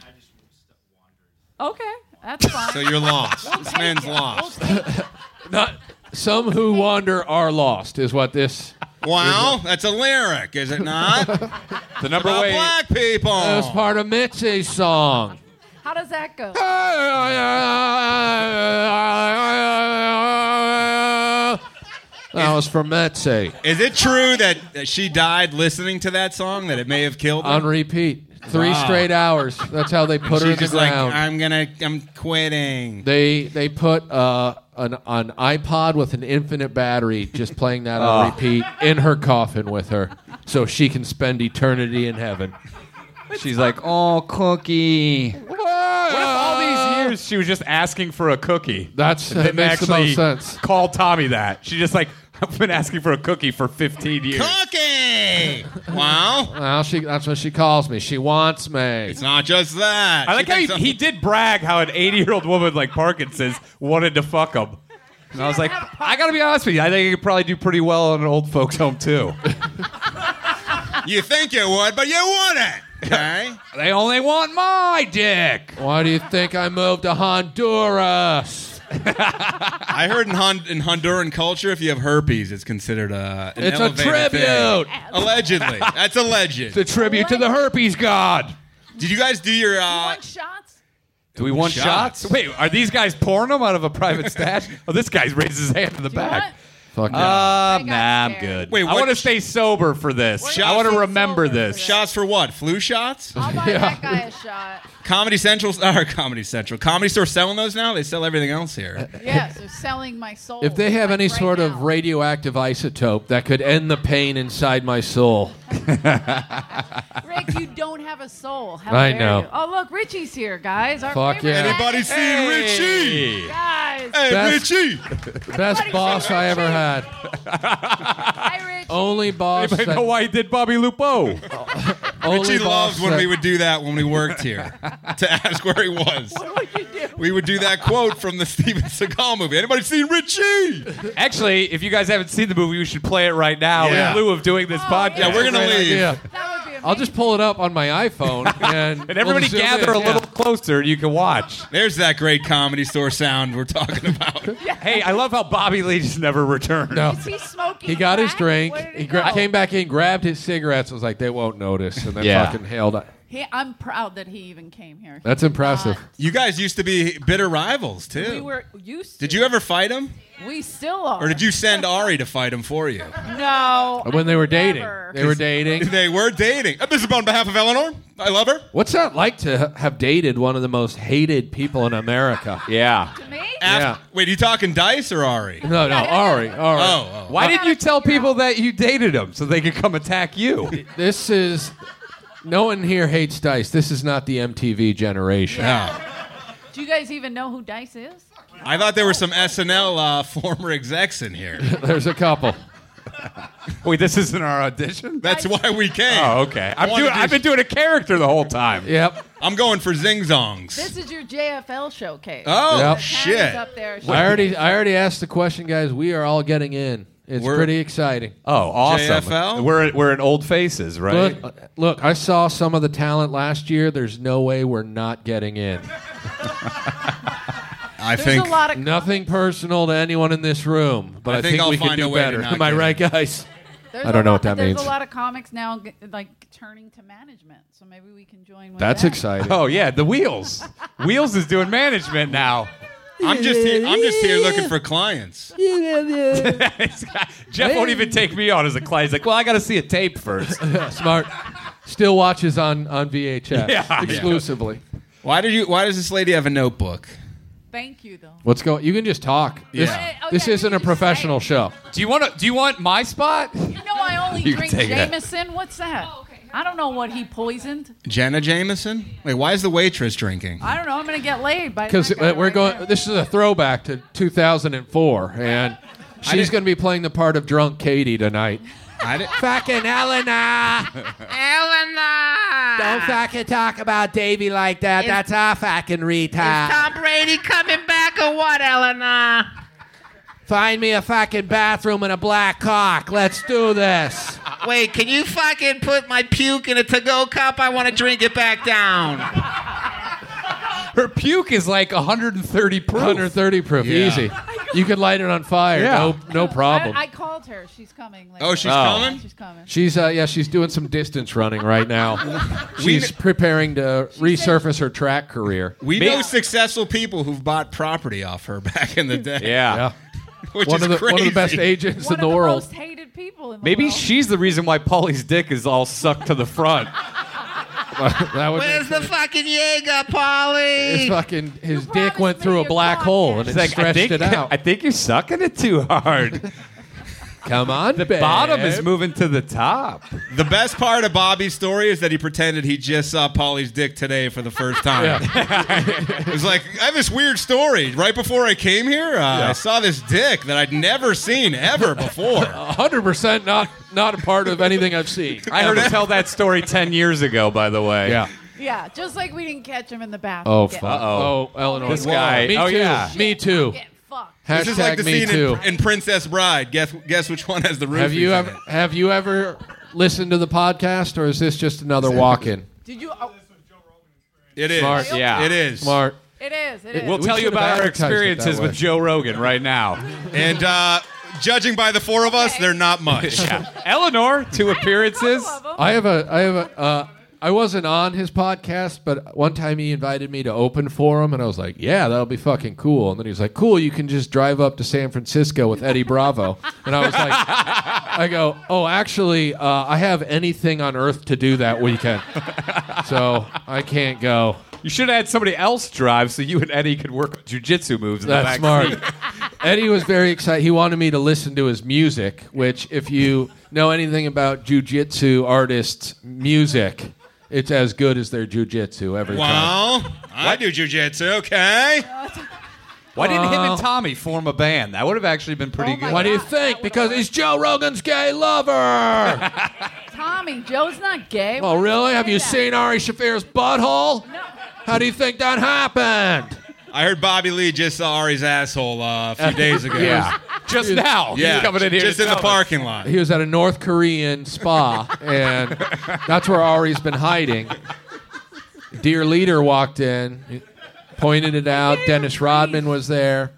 Okay, that's fine.
so you're lost. This man's lost.
Not some who wander are lost is what this.
Wow, that's a lyric, is it not?
The number
About
way.
black people.
That was part of Mitzi's song.
How does that
[LAUGHS]
go? Uh,
That was from Mitzi
Is it true that that she died listening to that song? That it may have killed her.
on repeat. Three
Wow.
straight hours. That's how they put her
She's
in the
just like,
ground.
I'm gonna, I'm quitting.
They they put uh, an an iPod with an infinite battery, just playing that
Oh.
on repeat, in her coffin with her, so she can spend eternity in heaven.
She's like, oh, cookie.
What if all these years she was just asking for a cookie?
That's-
And
that
didn't
makes the most
actually
sense.
Call Tommy that. She just like [LAUGHS] I've been asking for a cookie for 15 years.
Cookie. Wow,
Now she that's what she calls me. She wants me.
it's not just that.
I
She
like how he,
thinks I'm-
he did brag how an 80 year old woman like Parkinson's wanted to fuck him. And I was like, I gotta be honest with you. I think you could probably do pretty well in an old folks' home too.
You think you would, but you wouldn't. Okay.
They only want my dick.
Why do you think I moved to Honduras?
I heard in, Hon- in Honduran culture, if you have herpes, it's considered a. an
It's a
elevated thing.
tribute.
Allegedly,
[LAUGHS]
that's alleged.
The tribute to the herpes god.
Did you guys do your? Uh,
Want shots?
Do we want
Shots.
shots? Wait, are these guys pouring them out of a
[LAUGHS]
private stash? Oh, this guy's raised his hand in the
You
back.
want?
Fuck no.
Uh,
I got
nah, I'm
scared.
good.
Wait,
I
what
want to
sh-
stay sober for this.
What
I
is
want
he
to remember
sober
this.
for?
shots for what? Flu shots?
Uh-huh.
I'll buy that guy a shot.
Comedy Central [LAUGHS] or Comedy Central? Comedy Store selling those now? They sell everything else here.
Yes, they're selling my soul.
if they have
Oh, like
any
right
sort
now.
of radioactive isotope that could end the pain inside my soul, [LAUGHS]
Rick, you don't have a soul. How
I
dare
know.
you? Oh look, Richie's here, guys. Our
Fuck
favorite
yeah.
guy.
Anybody seen Richie?
Guys,
Hey,
That's-
Richie!
best boss I ever had. [LAUGHS]
hi Rich.
Only boss.
Anybody know
That,
why he did Bobby Lupo?
only
Richie
boss
loved when
that-
we would do that when we
[LAUGHS]
worked here to ask where he was.
What would you do?
We would do that quote from the Steven Seagal movie. Anybody seen Richie?
Actually, if you guys haven't seen the movie, we should play it right now
Yeah.
in lieu of doing this
Oh,
podcast.
yeah.
Yeah, we're gonna
Great
leave.
idea.
That would be amazing.
I'll just pull it up on my iPhone and
and everybody
we'll zoom
gather
in,
a little
yeah.
closer and you can watch.
There's that great comedy store sound we're talking about.
Hey, I love how Bobby Lee just never returned.
No.
Is he smoking?
He got his
crack?
drink.
Where did
He gra-
go?
came back in, grabbed his cigarettes. and Was like, they won't notice, and then
Yeah.
fucking hailed. it.
He, I'm proud that he even came here.
That's impressive.
You guys used to be bitter rivals too.
we were used. To
did you ever fight him,
it. We still are.
or did you send Ari to fight him for you?
No.
when they were dating,
never.
they were dating.
[LAUGHS] They were dating. Uh, This is on behalf of Eleanor. I love her.
What's that like to ha- have dated one of the most hated people in America?
[LAUGHS] Yeah.
To me?
Af-
Yeah.
Wait, you talking Dice or Ari?
No, no, Ari, Ari.
Oh, oh.
Why didn't you tell people that you dated him so they could come attack you? [LAUGHS]
This is. No one here hates Dice. This is not the MTV generation. [LAUGHS]
Yeah.
Do you guys even know who Dice is?
Oh. I thought there were some SNL uh, former execs in here.
[LAUGHS]
There's a couple.
Wait, this isn't our audition?
[LAUGHS] That's why we came.
Oh, okay. I'm
wanted
doing,
to-
I've been doing a character the whole time.
Yep.
I'm going for Zing Zongs.
This is your JFL showcase.
oh
Yep.
shit!
Up there.
I already, I already asked the question, guys. We are all getting in. It's
We're-
pretty exciting.
Oh, awesome.
JFL?
We're, we're in old faces, right?
Look, look, I saw some of the talent last year. There's no way we're not getting in.
I
There's
think
a lot of
Nothing personal to anyone in this room, but
I
I,
think I'll
we can
find a
do
way to
better.
not
Am I
get
right, guys?
There's
I don't
a
know
lot-
what that
there's
means.
a lot of comics now g- like turning to management, so maybe we can join. With
That's
that.
[LAUGHS] exciting.
Oh, yeah. The Wheels. Wheels is doing management now. [LAUGHS]
I'm just here, I'm just here looking for clients.
Jeff won't even take me on as a client. He's like, well, I got to see a tape [LAUGHS] first.
Smart. Still watches on on
[LAUGHS]
VHS
Yeah.
exclusively.
Why did you? Why does this lady have a notebook?
Thank you, though.
What's going? You can just talk. This,
Yeah.
Oh,
this
yeah,
isn't
you
a
can just
professional show.
do you want to? Do you want my spot?
You know, I only
You can
drink
take that.
Jameson. What's that? I don't know what he poisoned.
Jenna Jameson. Wait, why is the waitress drinking?
I don't know. I'm gonna get laid by
Because
that guy
we're
right
going.
there.
This is a throwback to 2004, [LAUGHS] and she's
didn't-
going to be playing the part of drunk Katie tonight.
I didn't-
Fucking Elena.
Elena!
Don't fucking talk about Davy like that. That's our fucking retard.
Tom Brady coming back or what, Elena?
Find me a fucking bathroom and a black cock. Let's do [LAUGHS] this.
Wait, can you fucking put my puke in a to-go cup? I want to drink it back down.
Her puke is like 130 proof.
130 proof,
Yeah.
easy. You could light it on fire.
Yeah.
No, no problem.
I, I called her. She's coming. Later.
Oh, she's
Oh.
coming?
She's coming.
She's uh, yeah, she's doing some distance running right now. She's preparing to resurface her track career.
We know successful people who've bought property off her [LAUGHS] back in the day.
Yeah.
Yeah,
Which
one
is
of the
crazy.
one of the best agents
One
in
of
the, world.
most hated people in the
Maybe
world.
she's the reason why Paulie's dick is all sucked to the front.
[LAUGHS] that would
Where's
make
the fucking Jaeger,
[LAUGHS] his
Polly?
fucking his
You
dick
promised
went through
me
a
a
black
podcast.
hole and it
It's like, I
stretched
think,
it out.
I think you're sucking it too
[LAUGHS]
hard. [LAUGHS]
Come on,
The bottom
babe.
is moving to the
[LAUGHS]
top.
The best part of Bobby's story is that he pretended he just saw Polly's dick today for
[LAUGHS]
the first time. it was like, I have this weird story. Right before I came here, uh, I saw this dick that I'd never seen ever before.
[LAUGHS] hundred percent not not a part of anything I've seen.
I heard him tell that story 10 years ago, by the way.
Yeah.
Yeah, just like we didn't catch him in the bathroom.
Oh
Get-
fuck. Oh, Eleanor.
This
Whoa.
guy.
Me
Oh,
too.
yeah.
Me too.
Get fucked.
Hashtag
this is like the
me
scene
too.
in, in Princess Bride. Guess guess which one has the roof?
have you ever have you ever listened to the podcast or is this just another walk-in?
Did you? Oh,
It is.
Smart.
Yeah.
It is.
Smart.
it is. It is.
We'll
We
tell you
should've
about our
advertised it that
experiences
way.
with Joe Rogan right now.
And uh, judging by the four of us, they're not much.
[LAUGHS]
Eleanor, two appearances.
I love him.
I have a I have a uh, I wasn't on his podcast, but one time he invited me to open for him, and I was like, "Yeah, that'll be fucking cool." And then he was like, "Cool, you can just drive up to San Francisco with Eddie Bravo." And I was like, "I go, oh, actually, uh, I have anything on earth to do that weekend, so I can't go."
You should have had somebody else drive so you and Eddie could work jujitsu moves in the back
That's smart.
seat.
Eddie was very excited. He wanted me to listen to his music, which, if you know anything about jujitsu artists' music, it's as good as their jujitsu every time.
Well, I do jujitsu, okay?
Why didn't him
Wow.
and Tommy form a band? That would have actually been pretty
Oh my
good.
What do you
God,
think?
that
Because
would've-
he's Joe Rogan's gay lover.
Tommy, Joe's not gay. Why
oh,
would
really?
say
Have you
that?
seen Ari Shafir's butthole? No. How do you think that happened?
I heard Bobby Lee just saw Ari's asshole uh, a few
[LAUGHS]
days ago.
Just now.
Yeah,
He's coming in here.
just
to
in the
tell us.
parking lot.
He was at a North Korean spa, and that's where Ari's been hiding. Dear leader walked in, he pointed it out. Dennis Rodman was there.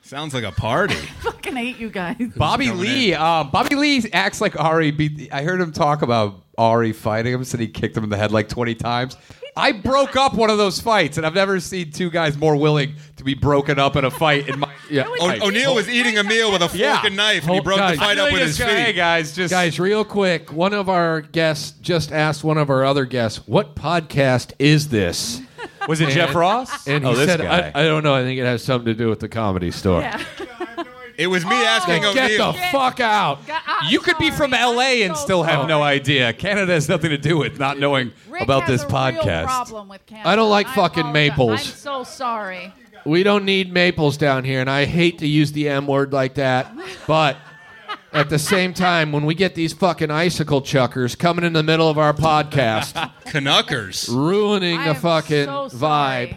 Sounds like a party.
Fucking hate you guys.
[LAUGHS]
Bobby Lee. Uh, Bobby Lee acts like Ari. Beat, I heard him talk about Ari fighting him. Said he kicked him in the head like twenty times. I broke up one of those fights, and I've never seen two guys more willing to be broken up in a fight. In my
[LAUGHS] Yeah.
That was
O-
like-
O'Neill was eating a meal with a fork
Yeah.
and knife, and he
Oh,
broke
guys.
the fight up with his
Hey
feet.
guys, just
Guys, real quick, one of our guests just asked one of our other guests, "What podcast is this?"
was it Jeff Ross?
And he
oh, this
said,
guy.
I, "I don't know. I think it has something to do with the comedy store."
Yeah.
It was me asking
Oh, Get the
O'Neill.
fuck out!
God, I'm
you could be from
sorry.
LA
I'm
and
so
still have
oh."
sorry.
no idea. Canada has nothing to do with not knowing
Rick
about this
has a Real
podcast.
problem with Canada.
I don't like fucking
apologize.
maples.
I'm so sorry.
We don't need maples down here, and I hate to use the M word like that, but at the same time, when we get these fucking icicle chuckers coming in the middle of
[LAUGHS]
our podcast,
Canuckers.
ruining
I
the
am
fucking
so sorry.
vibe.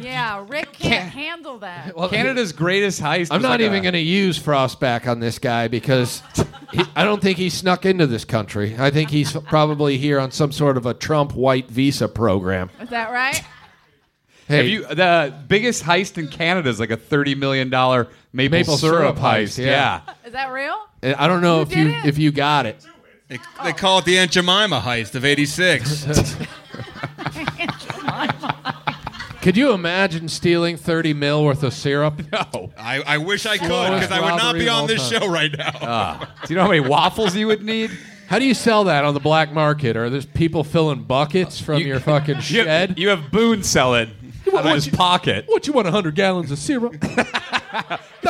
Yeah, Rick can't handle that.
Well,
Canada's greatest heist.
I'm
was
not
like a-
even going to use Frostback on this guy because he, I don't think he snuck into this country. I think he's probably here on some sort of a Trump white visa program.
Is that right?
Hey,
Have you the biggest heist in Canada is like a thirty million dollar maple,
Maple syrup
syrup, heist.
heist, yeah.
Yeah.
Is that real?
I don't know
You
if you
did it?
if you got it.
They, they call it the Aunt Jemima heist of 86.
Could you imagine stealing 30 mil worth of syrup?
[LAUGHS] No.
I, I wish I could
Slowest
because I would not
robbery
be
of
on
all
this
time. Ah.
show right now.
Do you know how many waffles you would need?
How do you sell that on the black market? Are there people filling buckets from your
[LAUGHS]
fucking
You
shed?
have, you have Boone selling out of his pocket.
what you want? hundred gallons of syrup? [LAUGHS]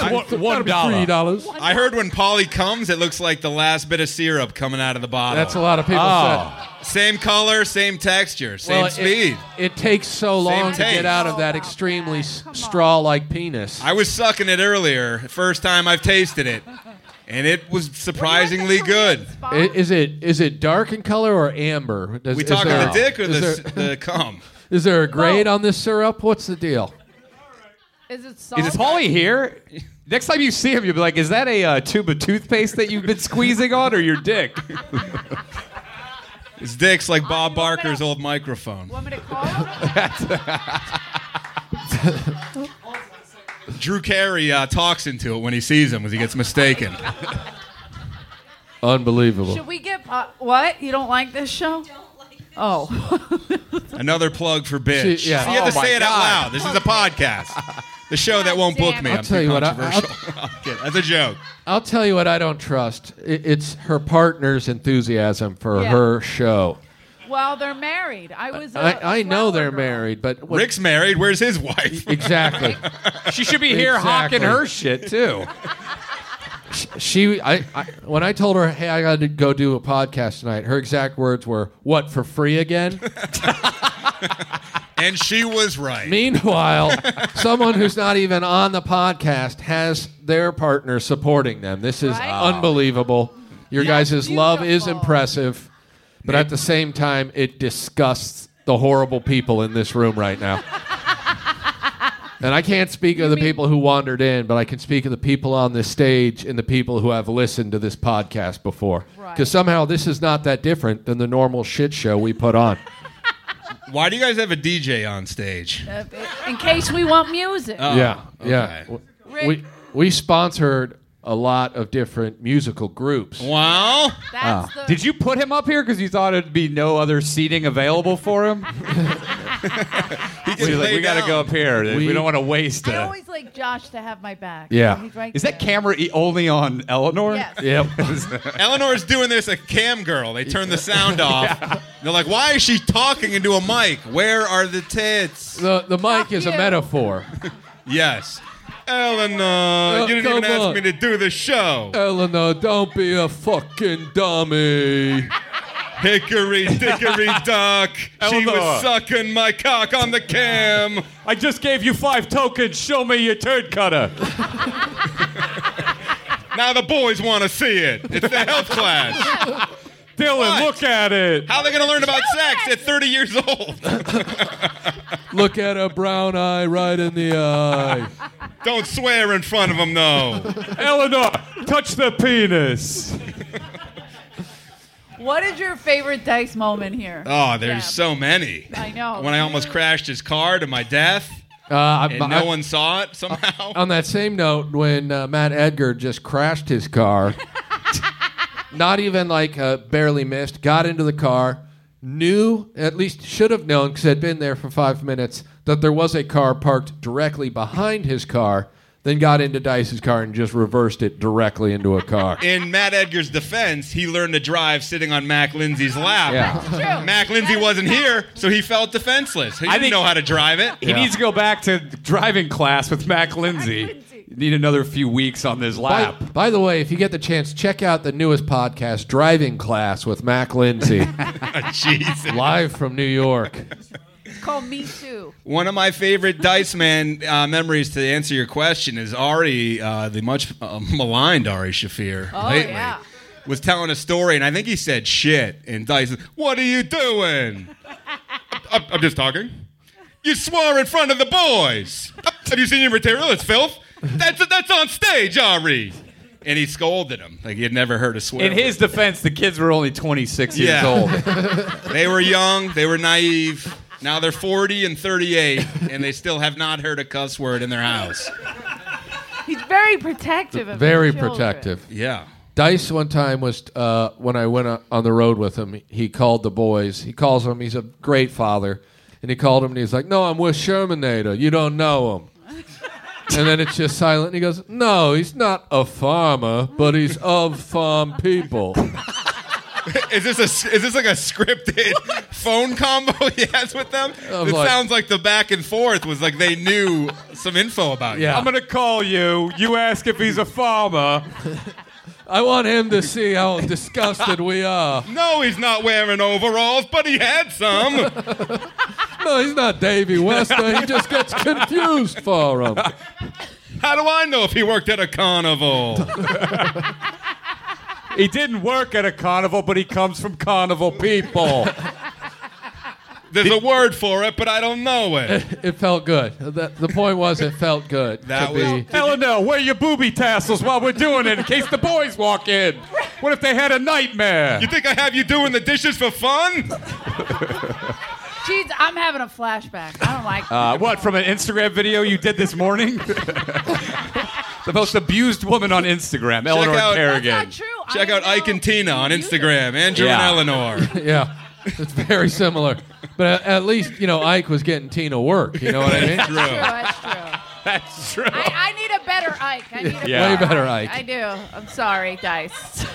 One- one dollar.
three dollars.
I heard when Polly comes, it looks like the last bit of syrup coming out of the bottle.
That's a lot of people.
Oh.
Same color, same texture,
said.
same
Well, it-
speed.
It, takes so long to get
taste.
out of
Oh,
that
wow,
extremely
Brad, come on.
straw-like penis.
I was sucking it earlier, first time I've tasted it, and it was surprisingly good.
I- Is it is it dark in color or amber? Does-
We
is
talking
there-
the dick or
is
the,
there-
the cum?
is there a grade on this syrup? What's the deal?
Is it salt?
Is Holly here? Next time you see him, you'll be like, "Is that a uh, tube of toothpaste that you've been squeezing on, or your dick?"
His dick's like
Oh, you want me
Bob
to-
Barker's old microphone.
Want me to call him?
Drew Carey uh, talks into it when he sees him because he gets mistaken.
Unbelievable.
Should we get uh, what? You don't like this show? Oh,
Another plug for bitch.
She- yeah.
You have to
Oh,
say
my
it out
God.
loud. This is a podcast. The show that won't book me.
I'll
I'm
tell
too
you what, I-
controversial. [LAUGHS] I'm kidding. That's a joke.
I'll tell you what I don't trust. I- It's her partner's enthusiasm for
Yeah.
her show.
well, they're married. I was. a
I, I
flower
know they're
girl.
married, but what-
Rick's married. Where's his
[LAUGHS]
wife?
exactly.
[LAUGHS] She should be here
Exactly.
hawking her shit
[LAUGHS]
too.
She, I, I, when I told her, "Hey, I got to go do a podcast tonight," her exact words were, "What for free again?"
And she was right.
Meanwhile, someone who's not even on the podcast has their partner supporting them. This is
Right?
unbelievable. Your
That's
guys' love is
beautiful.
impressive, but at the same time, it disgusts the horrible people in this room right now. And I can't speak of the people who wandered in, but I can speak of the people on this stage and the people who have listened to this podcast before. Because
Right.
somehow this is not that different than the normal shit show we put on.
Why do you guys have a DJ on stage?
In case we want music.
Yeah, yeah.
okay.
W-
Rick.
Uh, We we sponsored a lot of different musical groups.
Wow.
ah,
That's the,
Did you put him up here because you thought it'd be no other seating available for him?
He gets
He's like,
laid
we got to
down.
go up here. We,
We-
don't want to waste
I
it.
always like Josh to have my back.
Yeah.
He's right
Is that
there.
camera e- only on Eleanor?
Yes.
[LAUGHS]
Yep.
Eleanor's doing this a cam girl. They turn
[LAUGHS]
the sound off. They're like, why is she talking into a mic? Where are the
[LAUGHS]
tits?
the the mic
Fuck
is a
you.
metaphor.
Yes. Eleanor, you didn't
come
even ask
on.
me to do the show.
Eleanor, don't be a fucking dummy.
Hickory dickory duck. She
Eleanor.
was sucking my cock on the cam.
I just gave you five tokens. Show me your turd cutter.
Now the boys want to see it. It's the health class.
Dylan, look at it.
How are they going to learn about sex at 30 years old?
Look at her brown eye right in the eye.
Don't swear in front of them, though.
[LAUGHS]
Eleanor, touch the penis.
What is your favorite dice moment here?
Uh,
Oh, there's
Yeah.
so many.
I know.
When I almost crashed his car to my death
Uh, I-
and
I- uh,
no one saw it somehow.
on that same note, when uh, Matt Edgar just crashed his car, [LAUGHS] not even like uh, barely missed, got into the car, knew, at least should have known, because had been there for five minutes, that there was a car parked directly behind his car, then got into Dice's car and just reversed it directly into a car.
in Matt Edgar's defense, he learned to drive sitting on Mac Lindsay's lap.
Yeah.
Mac Lindsay wasn't here, so he felt defenseless. He didn't
think-
know how to drive it. [LAUGHS]
He needs to go back to driving class with Mac Lindsay.
Lindsay.
Need another few weeks on this
By,
lap.
by the way, if you get the chance, check out the newest podcast, Driving Class with Mac Lindsay,
Oh, Jesus.
live from New York.
It's called Me Too.
One of my favorite Dice Man uh, memories to answer your question is Ari, uh, the much uh, maligned Ari Shafir
Oh,
lately,
yeah.
was telling a story, and I think he said shit. And Dice, is, what are you doing? I'm, I'm just talking. You swore in front of the boys. Have you seen your material? It's filth. That's that's on stage, Ari. And he scolded him like he had never heard a swear.
In his defense, the kids were only 26 years
Yeah.
old.
word. they were young, they were naive. Now they're 40 and 38, and they still have not heard a cuss word in their house.
He's very protective of
Very
his children.
protective.
Yeah.
Dice one time was uh, when I went on the road with him. He called the boys. He calls them. He's a great father, and he called him and he's like, "No, I'm with Shermanator. You don't know him." and then it's just silent. And he goes, "No, he's not a farmer, but he's of farm people."
[LAUGHS] Is this a is this like a scripted phone combo [LAUGHS] he has with them?
I'm
it
like-
sounds like the back and forth was like they knew some info about
[LAUGHS]
Yeah.
I'm going to call you. You ask if he's a farmer.
I want him to see how disgusted we are.
you. No, he's not wearing overalls, but he had some.
No, he's not Davy Wester. He just gets confused for him.
How do I know if he worked at a carnival?
He didn't work at a carnival, but he comes from carnival people.
There's a word for it, but I don't know
[LAUGHS]
it.
It felt good. The, the point was, it felt good.
That
to
was-
be-
Eleanor, wear your booby tassels while we're doing it in case the boys walk in. What if they had a nightmare?
You think I have you doing the dishes for fun?
Jeez, I'm having a flashback. I don't like.
Uh, what, from an Instagram video you did this morning? [LAUGHS] the most abused woman on Instagram, Eleanor
out-
Kerrigan.
Not true.
Check
I
out
know-
Ike and Tina on
You-
Instagram. Andrew
Yeah.
and Eleanor.
Yeah, it's very similar. But at, at least you know Ike was getting Tina work. You know what I
[LAUGHS]
mean?
That's true. That's true.
That's true.
I, I need a better Ike. I need a
Yeah.
Way
better
better Ike.
I do. I'm sorry, Dice.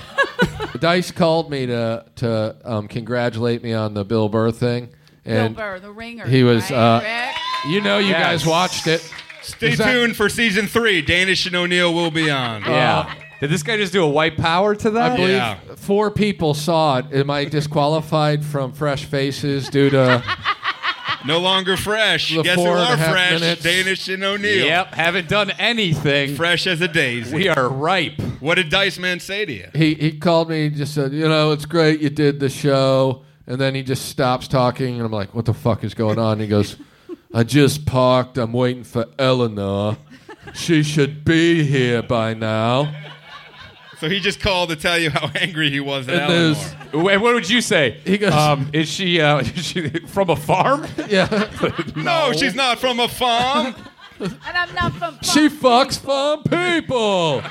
Dice called me to to um, congratulate me on the Bill Burr thing, [LAUGHS] and
Bill Burr, the ringer.
he was,
right,
uh,
Rick?
you know you
Yes.
guys watched it.
Stay
Is that-
tuned for season three. Danish and O'Neill will be on.
[LAUGHS] Yeah.
Oh.
Did this guy just do a white power to that?
I believe
Yeah.
four people saw it. Am I disqualified from Fresh Faces due to?
No longer fresh.
The
Guess who
four and a
are
half
fresh?
minutes.
Danish and O'Neill.
Yep. Haven't done anything.
Fresh as a daisy.
We are ripe.
What did Dice Man say to you?
He he called me and just said, you know, it's great you did the show, and then he just stops talking, and I'm like, what the fuck is going on? And he goes, I just parked. I'm waiting for Eleanor. She should be here by now.
So he just called to tell you how [LAUGHS] angry he was at
And
Eleanor.
there's
And what would you say?
He goes-
um, is she, uh, [LAUGHS] is she from a farm?
yeah. [LAUGHS]
No, she's not from a farm.
And I'm not from.
She fucks farm people.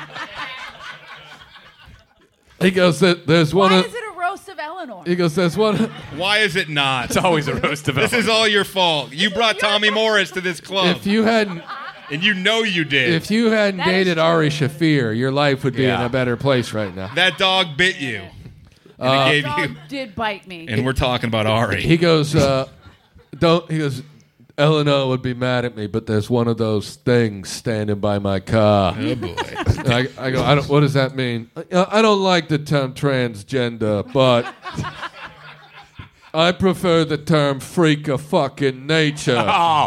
He goes, "There- there's one.
Why
of-
is it a roast of Eleanor?
he goes, there's one.
Why is it not?
It's always a roast of
This
Eleanor.
is all your fault. You brought Tommy Morris to this club,
If you hadn't,
and you know you did.
if you hadn't
That is
dated
true.
Ari Shafir, your life would be in
Yeah.
a better place right now.
that dog bit you, and it gave
Dog
[LAUGHS] you.
did bite me.
And we're talking about Ari.
Uh, He goes, uh, don't. He goes, Eleanor would be mad at me, but there's one of those things standing by my car.
Oh boy.
[LAUGHS] And I, I go, I don't. What does that mean? I, I don't like the term transgender, but. I prefer the term freak of fucking nature.
[LAUGHS] Oh.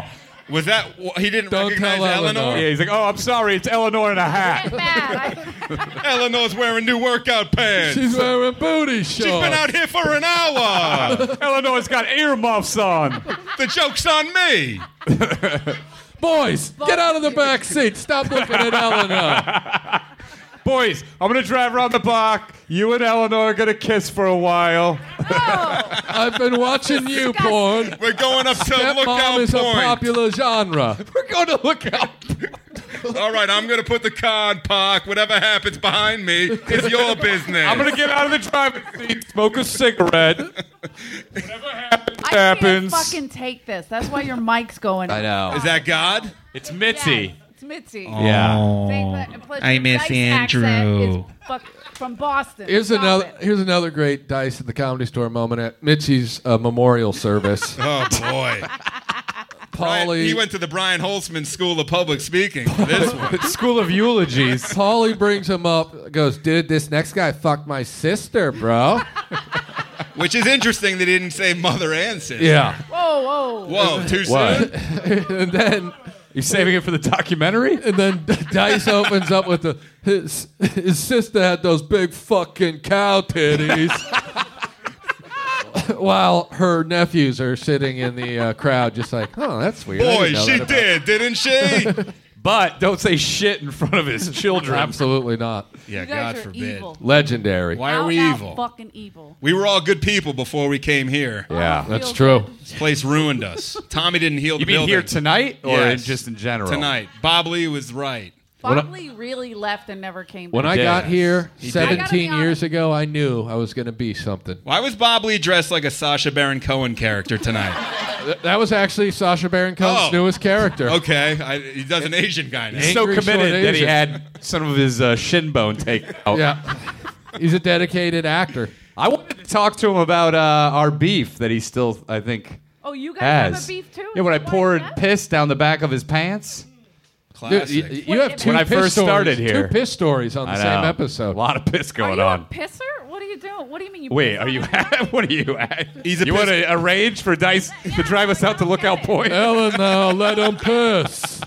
Was that? wh- He didn't
Don't
recognize
tell
Eleanor.
Eleanor.
Yeah, he's like, oh, I'm sorry, it's Eleanor in a hat.
Get mad. I- [LAUGHS]
Eleanor's wearing new workout pants.
She's wearing booty shorts.
She's been out here for
[LAUGHS]
an hour.
Eleanor's got earmuffs on.
the joke's on me.
Boys, get out of the back seat. Stop looking at Eleanor.
Boys, I'm gonna drive around the block. You and Eleanor are gonna kiss for a while.
I've been watching you porn.
We're going up to
Stepmom
lookout
is a
point.
popular genre.
[LAUGHS] We're gonna look out.
All right, I'm gonna put the car in park. Whatever happens behind me is your business.
I'm gonna get out of the driving seat, smoke a cigarette.
I
Happens.
can't fucking take this. That's why your mic's going. I
know.
Is that God?
It's Mitzi.
It's Mitzi.
Oh. Yeah.
Say that- and plus
I
your
miss
Dice accent
Andrew.
is fuck- from Boston.
Here's
Stop
another.
it.
Here's another great dice at the comedy store moment at Mitzi's uh, memorial
[LAUGHS]
service.
Oh boy.
Polly,
He went to the Brian Holtzman School of Public Speaking. for This
[LAUGHS]
one.
School of eulogies.
Polly brings him up. Goes, dude, this next guy fucked my sister,
[LAUGHS]
bro.
Which is interesting they didn't say mother and sister.
Yeah.
Whoa, whoa.
Whoa, too soon?
What?
[LAUGHS] and then,
You saving it for the documentary?
and then [LAUGHS] Dice opens up with the his his sister had those big fucking cow titties. [LAUGHS] While her nephews are sitting in the uh, crowd, just like, oh, that's weird. I didn't
Boy,
know
she
that about-"
did, didn't she?
But don't say shit in front of his children.
Absolutely not.
yeah,
You guys
God
are
forbid.
evil.
Legendary.
Why are we
Out-and-out
evil?
Fucking evil.
We were all good people before we came here.
yeah.
That's
Feels
true.
good.
This place ruined us. Tommy didn't heal
You
the
mean
building.
here tonight or
Yes.
in- just in general?
Tonight. Bob Lee was right.
When I-
Buckley really left and never came
When
back.
I
did.
got here
He did.
I gotta be
17 years
honest.
ago, I knew I was going to be something.
Why was Bob Lee dressed like a Sasha Baron Cohen character tonight?
Th- that was actually Sasha Baron Cohen's
Oh.
newest character.
[LAUGHS] Okay, I, he's does an Asian guy now.
He's so
Angry short
committed that he
Asian.
had some of his uh, shin bone taken out.
Yeah. He's a dedicated actor.
I wanted to talk to him about uh, our beef that he still, I think,
Oh, you guys have
has.
a beef too?
Yeah, when I
Why is
poured
that?
piss down the back of his pants.
Dude,
Classic.
you, you have two
When I
piss
first
stories,
started here.
Two piss stories on the
I
same
know.
episode.
A lot of piss
Are
going
you
on.
a pisser? What are you doing? What do you mean you
Wait,
piss
are
on
you? [LAUGHS]
everybody?
what are you? At?
He's a
you
piss-
want to arrange for
[LAUGHS]
Dice to drive us out to Lookout Point?
[LAUGHS] Eleanor, let him piss.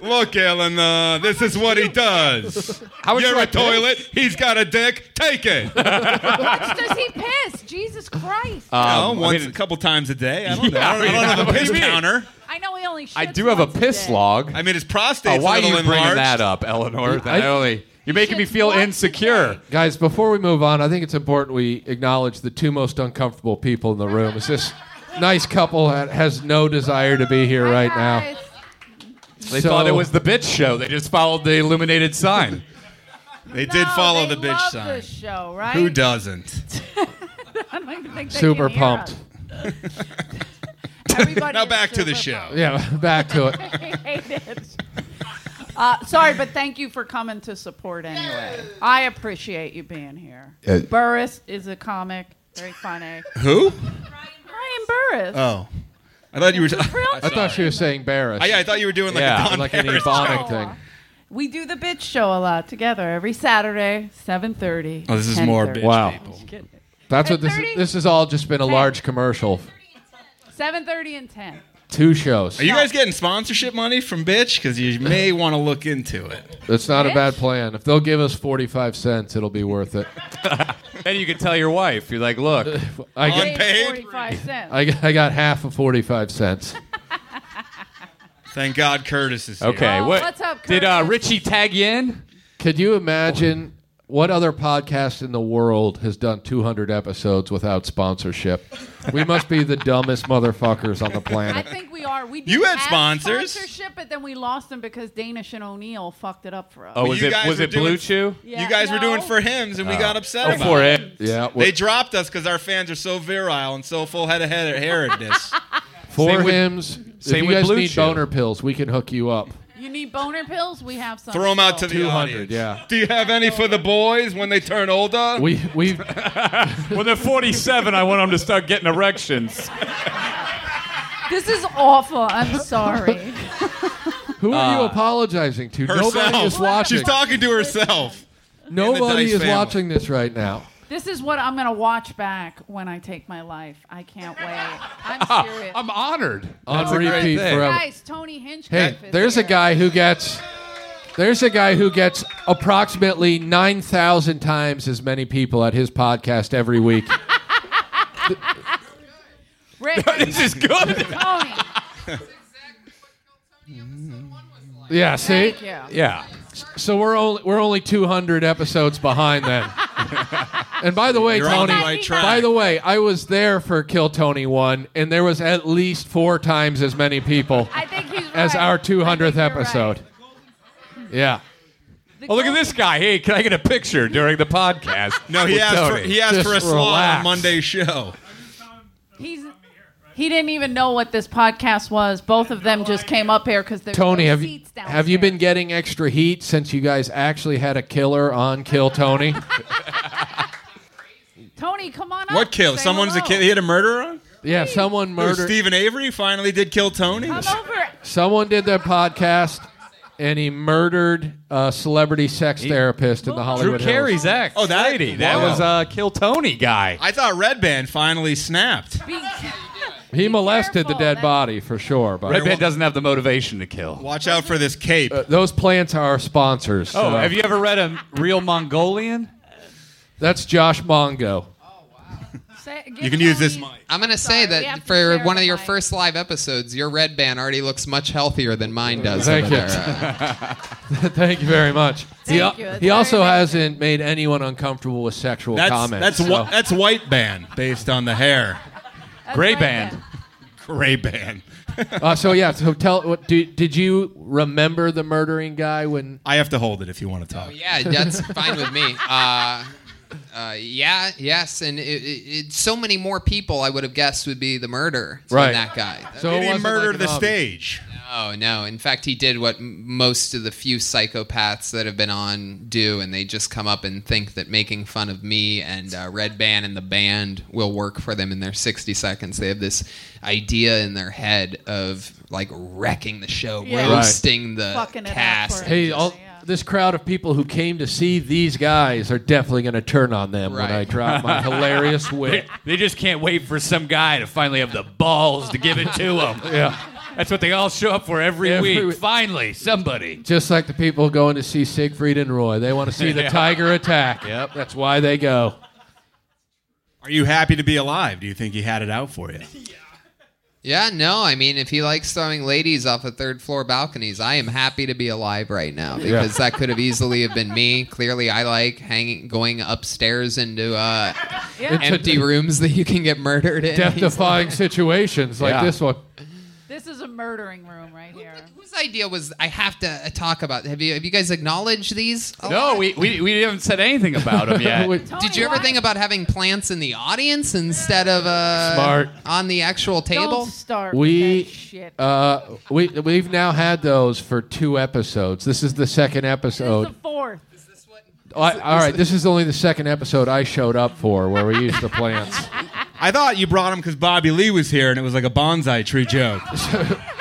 Look, Eleanor, this is what he [LAUGHS] does.
How would
You're
you
a
like this?
toilet. He's got a dick. Take it.
Does he piss? Jesus Christ.
No,
Um, I
once
mean-
a couple times a day. I don't
Yeah,
know. I don't, I don't
yeah,
have
[LAUGHS]
a
what do
piss
you mean?
counter.
I know he only shits
I do have a
once
piss
day.
log.
I mean, his
Oh,
prostate's
why
a
are you
little
bringing
enlarged.
that up, Eleanor? That
I-
only- you're making me
Shit's
feel
once a
insecure.
day.
Guys, before we move on, I think it's important we acknowledge the two most uncomfortable people in the room. Is this nice couple that has no desire to be here right now.
Guys,
They
So-
thought it was the bitch show. They just followed the illuminated sign.
They did
no,
follow
they
the bitch
love
sign.
This show, right? [LAUGHS]
Who doesn't?
I don't even think they
super
can hear
pumped.
us. Everybody
Now
is
back to the
super
show.
Yeah, [LAUGHS] back to
[LAUGHS]
it.
pumped. I hate it. Uh, sorry, but thank you for coming to support anyway. I appreciate you being here.
Uh,
Burris is a comic, very funny.
Who?
Ryan Burris.
Uh,
Oh, I thought you were.
Real-
I thought she was saying Barris.
I, yeah, I thought you were doing like
Yeah,
a Don
like an
Barris
Ebonic
joke.
thing.
we do the bitch show a lot together every Saturday, seven thirty.
Oh, this is more bitch.
Wow. That's what this is.
10:30?
This has all just been a large commercial.
Seven thirty and ten.
Two shows.
Are you guys getting sponsorship money from bitch? Because
[LAUGHS]
you may want to look into it.
It's not a bad plan. If they'll give us 45 cents, it'll be worth it.
And you could tell your wife. You're like, look,
I got,
Unpaid?
Forty-five cents.
I, got- I got half of 45 cents.
Thank God Curtis is here.
okay,
Oh,
what?
what's up,
did uh,
Curtis?
Richie tag you in?
Could you imagine what other podcast in the world has done 200 episodes without sponsorship? We must be the dumbest motherfuckers on the
I
planet.
think we are. We did
You had
have
sponsors.
sponsorship, but then we lost them because Danish and O'Neill fucked it up for us.
Oh, was
you
it
guys
was
were
it Blue
doing-
Chew?
Yeah,
you guys were doing
no.
for hymns, and we got upset
Oh,
about
for
it.
it.
Yeah,
They dropped us because our fans are so virile and so full head of
[LAUGHS]
hair hairedness.
four
Same with-
hymns.
same
if you
with
guys
Blue
need
Chew.
boner pills, we can hook you up.
You need boner pills? We have some.
Throw them out to the
200,
audience.
yeah.
Do you have any for the boys when they turn older?
We we
[LAUGHS] When they're 47, I want them to start getting erections.
This is awful. I'm sorry. [LAUGHS]
who are you apologizing to? Nobody is
Uh, herself.
watching.
She's talking to herself.
Nobody
Dice
is
family.
watching this right now.
this is what I'm going to watch back when I take my life. I can't wait. I'm serious.
I'm honored.
On
a great
repeat
thing.
forever.
Guys, Tony Hinchcliffe
Hey,
is
there's a
here.
guy who gets there's a guy who gets approximately 9,000 times as many people at his podcast
[LAUGHS]
every week.
Rick,
[LAUGHS] this is good.
Tony.
Yeah, see?
Thank you.
[LAUGHS]
yeah.
So we're only we're only 200 episodes
[LAUGHS]
behind then. and by the way,
You're on
Tony,
the right track.
by the way, I was there for Kill Tony 1 and there was at least 4 times as many people
I think he's right.
as our
I think
200th
you're right.
episode. Yeah.
The
Oh, look at
gold-
this guy. Hey, can I get a picture during the
[LAUGHS]
podcast?
No, he
with
asked, for,
Tony?
he asked
Just
for a slot
relax.
on Monday's show.
He's, he didn't even know what this podcast was. Both of them just came up here because there's
Tony,
no
have you,
seats downstairs.
have you been getting extra heat since you guys actually had a killer on
[LAUGHS]
Kill Tony?
Tony, come on up.
What kill?
Say
Someone's a
hello.
kid. He had a murderer?
yeah, someone
Who,
murdered.
Stephen Avery finally did kill Tony?
Come over.
Someone did their podcast, and he murdered a celebrity sex therapist in the
Drew
Hollywood Hills.
Carey's ex.
Oh, that-
lady. That
wow.
was uh, Kill Tony guy.
I thought Red Band finally snapped.
Be-
[LAUGHS] He molested
careful,
the dead
that-
body for sure. But
Red Band doesn't have the motivation to kill.
Watch out for this cape.
those plants are our sponsors.
Oh,
so-
have you ever read a real Mongolian?
That's Josh Mongo.
say- give
you can use this
Tony-
mic.
I'm going to
Sorry,
say
we have to
that for
share
one of
the
your
mic.
first live episodes, your red band already looks much healthier than mine does.
Thank
over
you.
There.
[LAUGHS] Thank you very much. he,
Thank you. That's
he
very
also
nice.
hasn't made anyone uncomfortable with sexual
That's,
comments.
that's,
so-
whi- that's White Band based on the hair.
That's
Gray
right
Band.
then.
Gray Band.
Uh, so yeah, so tell. What, do, did you remember the murdering guy when?
I have to hold it if you want to talk.
yeah, that's fine with me. Uh, uh, yeah, yes, and it, it, it, so many more people I would have guessed would be the murderer than
Right.
that guy.
So it
Did he
wasn't
murder
like an
the
obvious-
stage?
Oh no! In fact, he did what m- most of the few psychopaths that have been on do, and they just come up and think that making fun of me and uh, Red Band and the band will work for them in their sixty seconds. They have this idea in their head of like wrecking the show,
Yeah. Right.
roasting the
Fucking it up
cast.
for it.
Hey, all,
Yeah.
this crowd of people who came to see these guys are definitely going to turn on them when I
Right.
drop
[LAUGHS]
my hilarious wit.
[LAUGHS] They just can't wait for some guy to finally have the balls to give it to [LAUGHS] them.
Yeah.
That's what they all show up for every,
Every
week.
week.
Finally, somebody.
Just like the people going to see Siegfried and Roy, they want to
[LAUGHS]
see the
Yeah.
tiger attack.
Yep.
That's why they go.
Are you happy to be alive? Do you think he had it
[LAUGHS]
out for you?
Yeah, no, I mean, if he likes throwing ladies off of third floor balconies, I am happy to be alive right now because that could have easily have been me. Clearly, I like hanging, going upstairs into uh,
Yeah.
empty rooms that you can get murdered
[LAUGHS]
in.
Death-defying situations like
Yeah.
this one.
This is a murdering room right here.
Whose idea was I have to uh, talk about? Have you have you guys acknowledged these? a
No,
lot?
we, we, we haven't said anything about [LAUGHS] him yet.
Did
Oh,
you ever think about having plants in the audience instead of uh,
Smart.
on the actual table?
start
We uh we we've now had those for two episodes. This is the second episode.
Fourth.
All right, all right, this is only the second episode I showed up for where we used the plants.
I thought you brought him because Bobby Lee was here, and it was like a bonsai tree joke.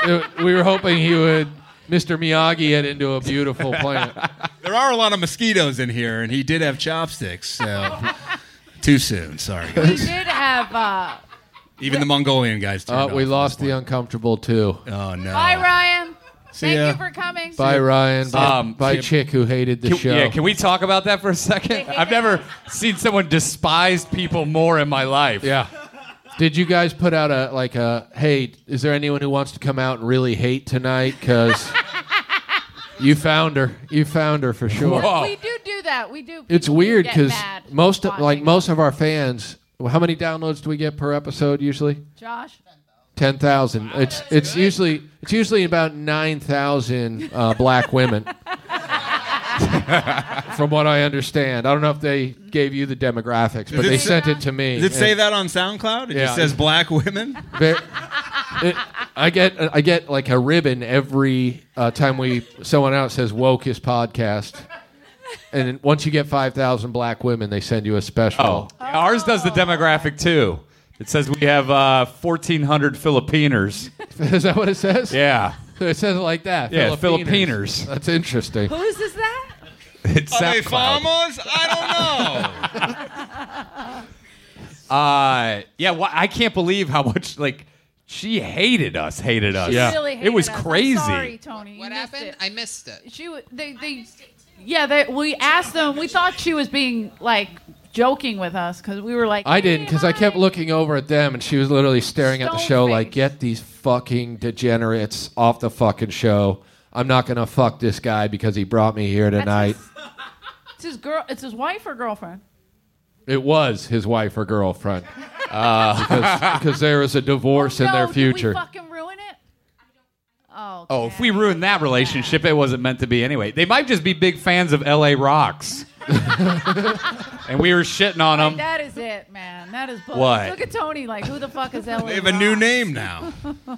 Uh, we were hoping he would Mr. Miyagi it into
[LAUGHS]
a beautiful plant.
there are a lot of mosquitoes in here, and he did have chopsticks.
[LAUGHS]
So too soon. Sorry,
We
guys.
did have
[LAUGHS]
uh,
Even the Mongolian guys. turned
Uh,
off.
we lost the uncomfortable too.
Oh no.
Bye, Ryan.
See
Thank
ya.
you for coming.
Bye, Ryan.
Um,
Bye,
see-
chick who hated the
Can-
show.
Yeah, can we talk about that for a
[LAUGHS]
second? I've never seen someone despise people more in my life.
Yeah. Did you guys put out a like a hey? Is there anyone who wants to come out and really hate tonight? Because you found her. You found her for sure.
We do do that. We do.
Oh. It's
people
weird
get
because
mad
most of,
watching
like most of our fans. How many downloads do we get per episode usually?
Josh.
Ten thousand. it's it's usually it's usually about nine thousand uh,
[LAUGHS]
black women, from what I understand. I don't know if they gave you the demographics, but
Does it
they
say-
sent it to me.
Does it say
And-
that on SoundCloud? It
Yeah.
just says black
[LAUGHS]
women.
Ver- it- I get I get like a ribbon every uh, time we someone out says wokest podcast, and then once you get five thousand black women, they send you a special.
Oh. Ours does the demographic too. It says we have uh, 1,400 Filipinos.
[LAUGHS] Is that what it says?
Yeah.
So [LAUGHS] it says it like that.
Yeah,
Filipinos.
Filipinos.
That's interesting.
Whose is that?
It's
Are they
SoundCloud.
farmers? I don't know.
Uh, yeah, wha- I can't believe how much like she hated us, hated us.
She
yeah,
really
it
hated
was
us. I'm
crazy.
sorry, Tony.
What
you missed
happened?
it.
I missed it.
She w- they they yeah they we asked them. We thought she was being like joking with us because we were like
I didn't because I kept looking over at them, and she was literally staring at the
Stone
show
face.
like, "Get these fucking degenerates off the fucking show." I'm not gonna fuck this guy because he brought me here tonight.
it's his girl. It's his wife or girlfriend.
It was his wife or girlfriend. because, because there is a divorce in
no,
their
did
future.
we fucking ruin it. Oh,
Oh, if we ruined that relationship, it wasn't meant to be anyway. They might just be big fans of LA
[LAUGHS]
Rocks, and we were shitting on them.
that is it, man. That is bull.
What?
Look at Tony. Like who the fuck is Ellen?
They have a new name now,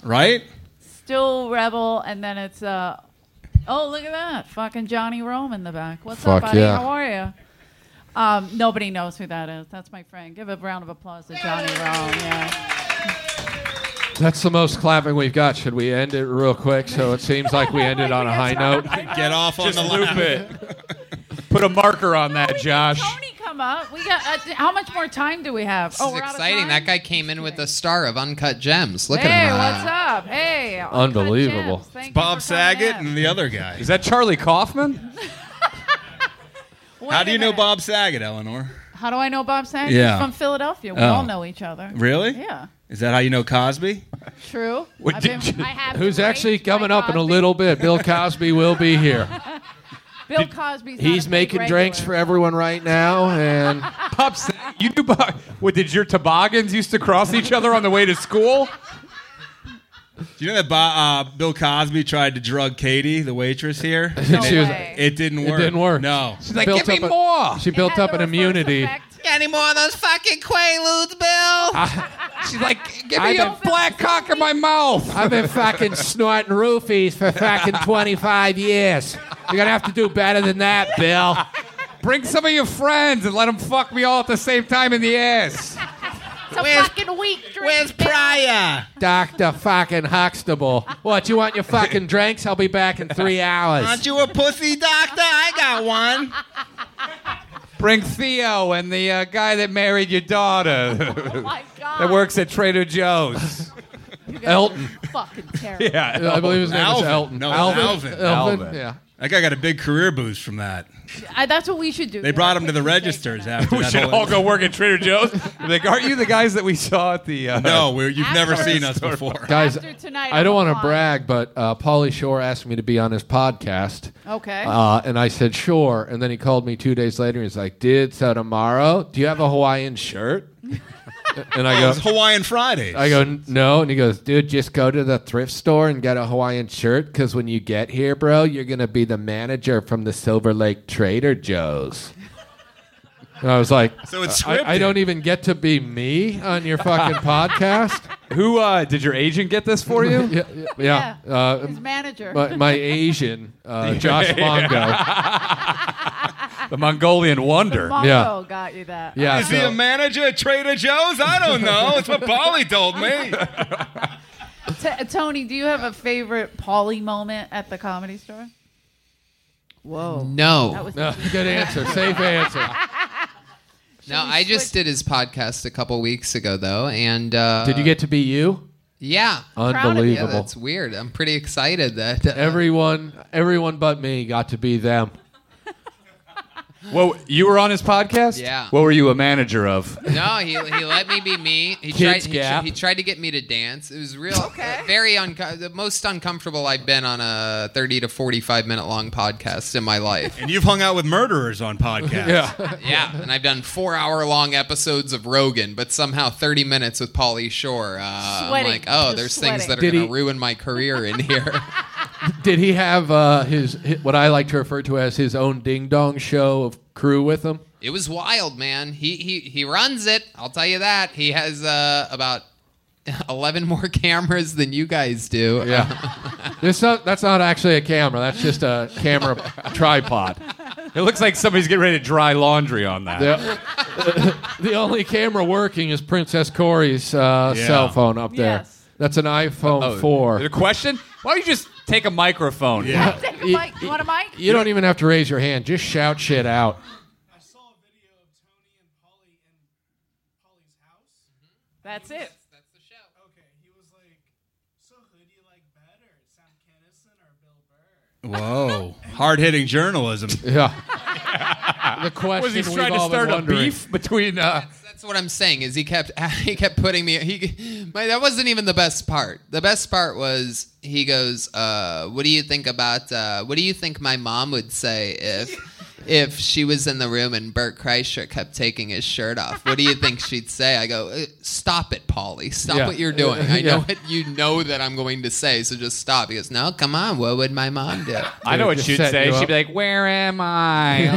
right?
Still rebel, and then it's uh. Oh, look at that! Fucking Johnny Rome in the back. What's
Fuck
up, buddy?
yeah.
How are you? Um, nobody knows who that is. That's my friend. Give a round of applause to Johnny Rome. Yeah.
That's the most clapping we've got. Should we end it real quick so it seems like
[LAUGHS]
we ended on a high note?
Get off on
Just
the
loop
loop
it. Put a marker on that, Josh.
Tony, come up. We got. Uh, how much more time do we have? Oh,
This is exciting. That guy came in with a star of Uncut Gems. Look
hey,
at him.
what's up? Hey, Uncut
Unbelievable.
Gems. Thank you
Bob
for coming
Saget
in.
and the other guy.
Is that Charlie Kaufman?
Wait
How
a
do you know
minute.
Bob Saget, Eleanor?
How do I know Bob Saget?
Yeah.
He's from Philadelphia. We
Oh.
all know each other.
Really?
Yeah.
Is that how you know Cosby?
True.
What
I've
did you-
I have
Who's
been
actually
raped by
coming up in a
Cosby.
little bit? Bill Cosby will
[LAUGHS]
be here.
Bill Cosby's. not a
He's
big
making drinks for
regular.
everyone right
[LAUGHS]
now, and
Pops, you do. bo- What did your toboggans used to cross each other on the way to school?
Do you know that Bo- uh, Bill Cosby tried to drug Katie, the waitress
[LAUGHS]
here?
No
it,
way.
it didn't
it
work.
didn't work.
No.
She
Like,
built
give me
up a-
more.
She built
Had
up
the
an
reverse
immunity.
effect.
Got any more of those fucking Quaaludes, Bill?
Ah.
She's like, give
I've
me
been-
a black cock in my mouth.
I've
[LAUGHS]
been fucking snorting roofies for fucking 25 years. You're gonna have to do better than that, Bill.
Bring some of your friends and let them fuck me all at the same time in the ass.
It's a
Where's-
fucking weak drink.
Where's Pryor?
Dr. fucking Huxtable. What, you want your fucking drinks? I'll be back
[LAUGHS]
in three hours.
Aren't you a pussy doctor? I got one.
Bring Theo and the uh, guy that married your daughter
Oh my God.
that works at Trader Joe's.
You guys are
Elton. [LAUGHS]
Fucking terrible.
Yeah,
I believe his name
Alvin.
is Elton.
No,
Alvin.
Alvin.
Alvin.
Alvin.
Yeah.
That guy got a big career boost from that.
I, that's what we should do.
They brought him to the registers after
We
that
should
whole
all go
work at Trader Joe's.
like, aren't you the guys that we saw at the? Uh,
no, we're, you've never
After-
seen us before.
Guys,
tonight,
I don't
I'm
want
on.
to brag, but uh, Paulie Shore asked me to be on his podcast.
Okay.
Uh, and I said, sure. And then he called me two days later and he's like, did so tomorrow? Do you have a Hawaiian shirt? and I go,
It's Hawaiian Fridays.
I go, "N- no. And he goes, dude, just go to the thrift store and get a Hawaiian shirt because when you get here, bro, you're going to be the manager from the Silver Lake Trader Joe's. And I was like,
So it's
I, I
scripted.
don't even get to be me on your fucking podcast.
Who uh, did your agent get this for
[LAUGHS]
you?
yeah, yeah. Uh,
His manager.
My, my Asian, uh, Josh
[LAUGHS]
Mongo.
the Mongolian Wonder.
Mongo
yeah.
got you that.
[LAUGHS] Yeah,
Is he a
so,
manager at Trader Joe's? I don't know. It's what Polly told me.
T- Tony, do you have a favorite Paulie moment at the comedy store? Whoa.
No.
That was
No, [LAUGHS] good answer. Safe
[LAUGHS]
answer.
No, I just did his podcast a couple weeks ago though, and uh,
Did you get to be you?
Yeah, yeah,
Unbelievable.
that's weird. I'm pretty excited that uh,
everyone, everyone but me got to be them.
Well, you were on his podcast.
Yeah.
What were you a manager of?
No, he, he let me be me. He
Kids
tried he,
Gap.
tr- he tried to get me to dance. It was real okay. very unco- the most uncomfortable I've been on a 30 to 45 minute long podcast in
[LAUGHS]
my life.
[LAUGHS] And you've hung out with murderers on podcasts.
Yeah.
yeah, and I've done 4 hour long episodes of Rogan, but somehow 30 minutes with Pauly Shore. Uh, I'm
Sweating.
like, "Oh,
Just
there's things
sweating.
that are
Did
going
he-
to ruin my career in here." [LAUGHS]
Did he have uh, his, his what I like to refer to as his own ding dong show of crew with him?
It was wild, man. He he he runs it. I'll tell you that. He has uh, about [LAUGHS] eleven more cameras than you guys do.
Yeah. [LAUGHS] This not, that's not actually a camera. That's just a camera tripod.
It looks like somebody's getting ready to dry laundry on that.
The, [LAUGHS] the only camera working is Princess Corey's uh,
Yeah.
cell phone up there.
Yes.
That's an iPhone
Oh,
4.
The question? Why don't you just take a microphone?
Yeah.
Take a mic. You want a mic?
You don't even have to raise your hand. Just shout shit out.
I saw a video of Tony and Polly in Polly's house.
That's it.
Okay, he was like, "So who do you like better, Sam Kinison or Bill Burr?"
Whoa. Hard hitting journalism.
Yeah.
[LAUGHS]
the question
Was he
we've
trying to
all been
start a
wondering.
beef between? Uh,
That's what I'm saying. Is he kept [LAUGHS] he kept putting me. He my, that wasn't even the best part. The best part was he goes, uh, "What do you think about? Uh, what do you think my mom would say if if she was in the room and Bert Kreischer kept taking his shirt off? What do you think she'd say?" I go, "Uh, "Stop it, Polly. Stop
Yeah.
what you're doing. I know
Yeah.
what you know that I'm going to say. So just stop." He goes, "No, come on. What would my mom do?"
I know what
just
she'd
set
say.
you
She'd
up.
be like, "Where am
[LAUGHS]
I?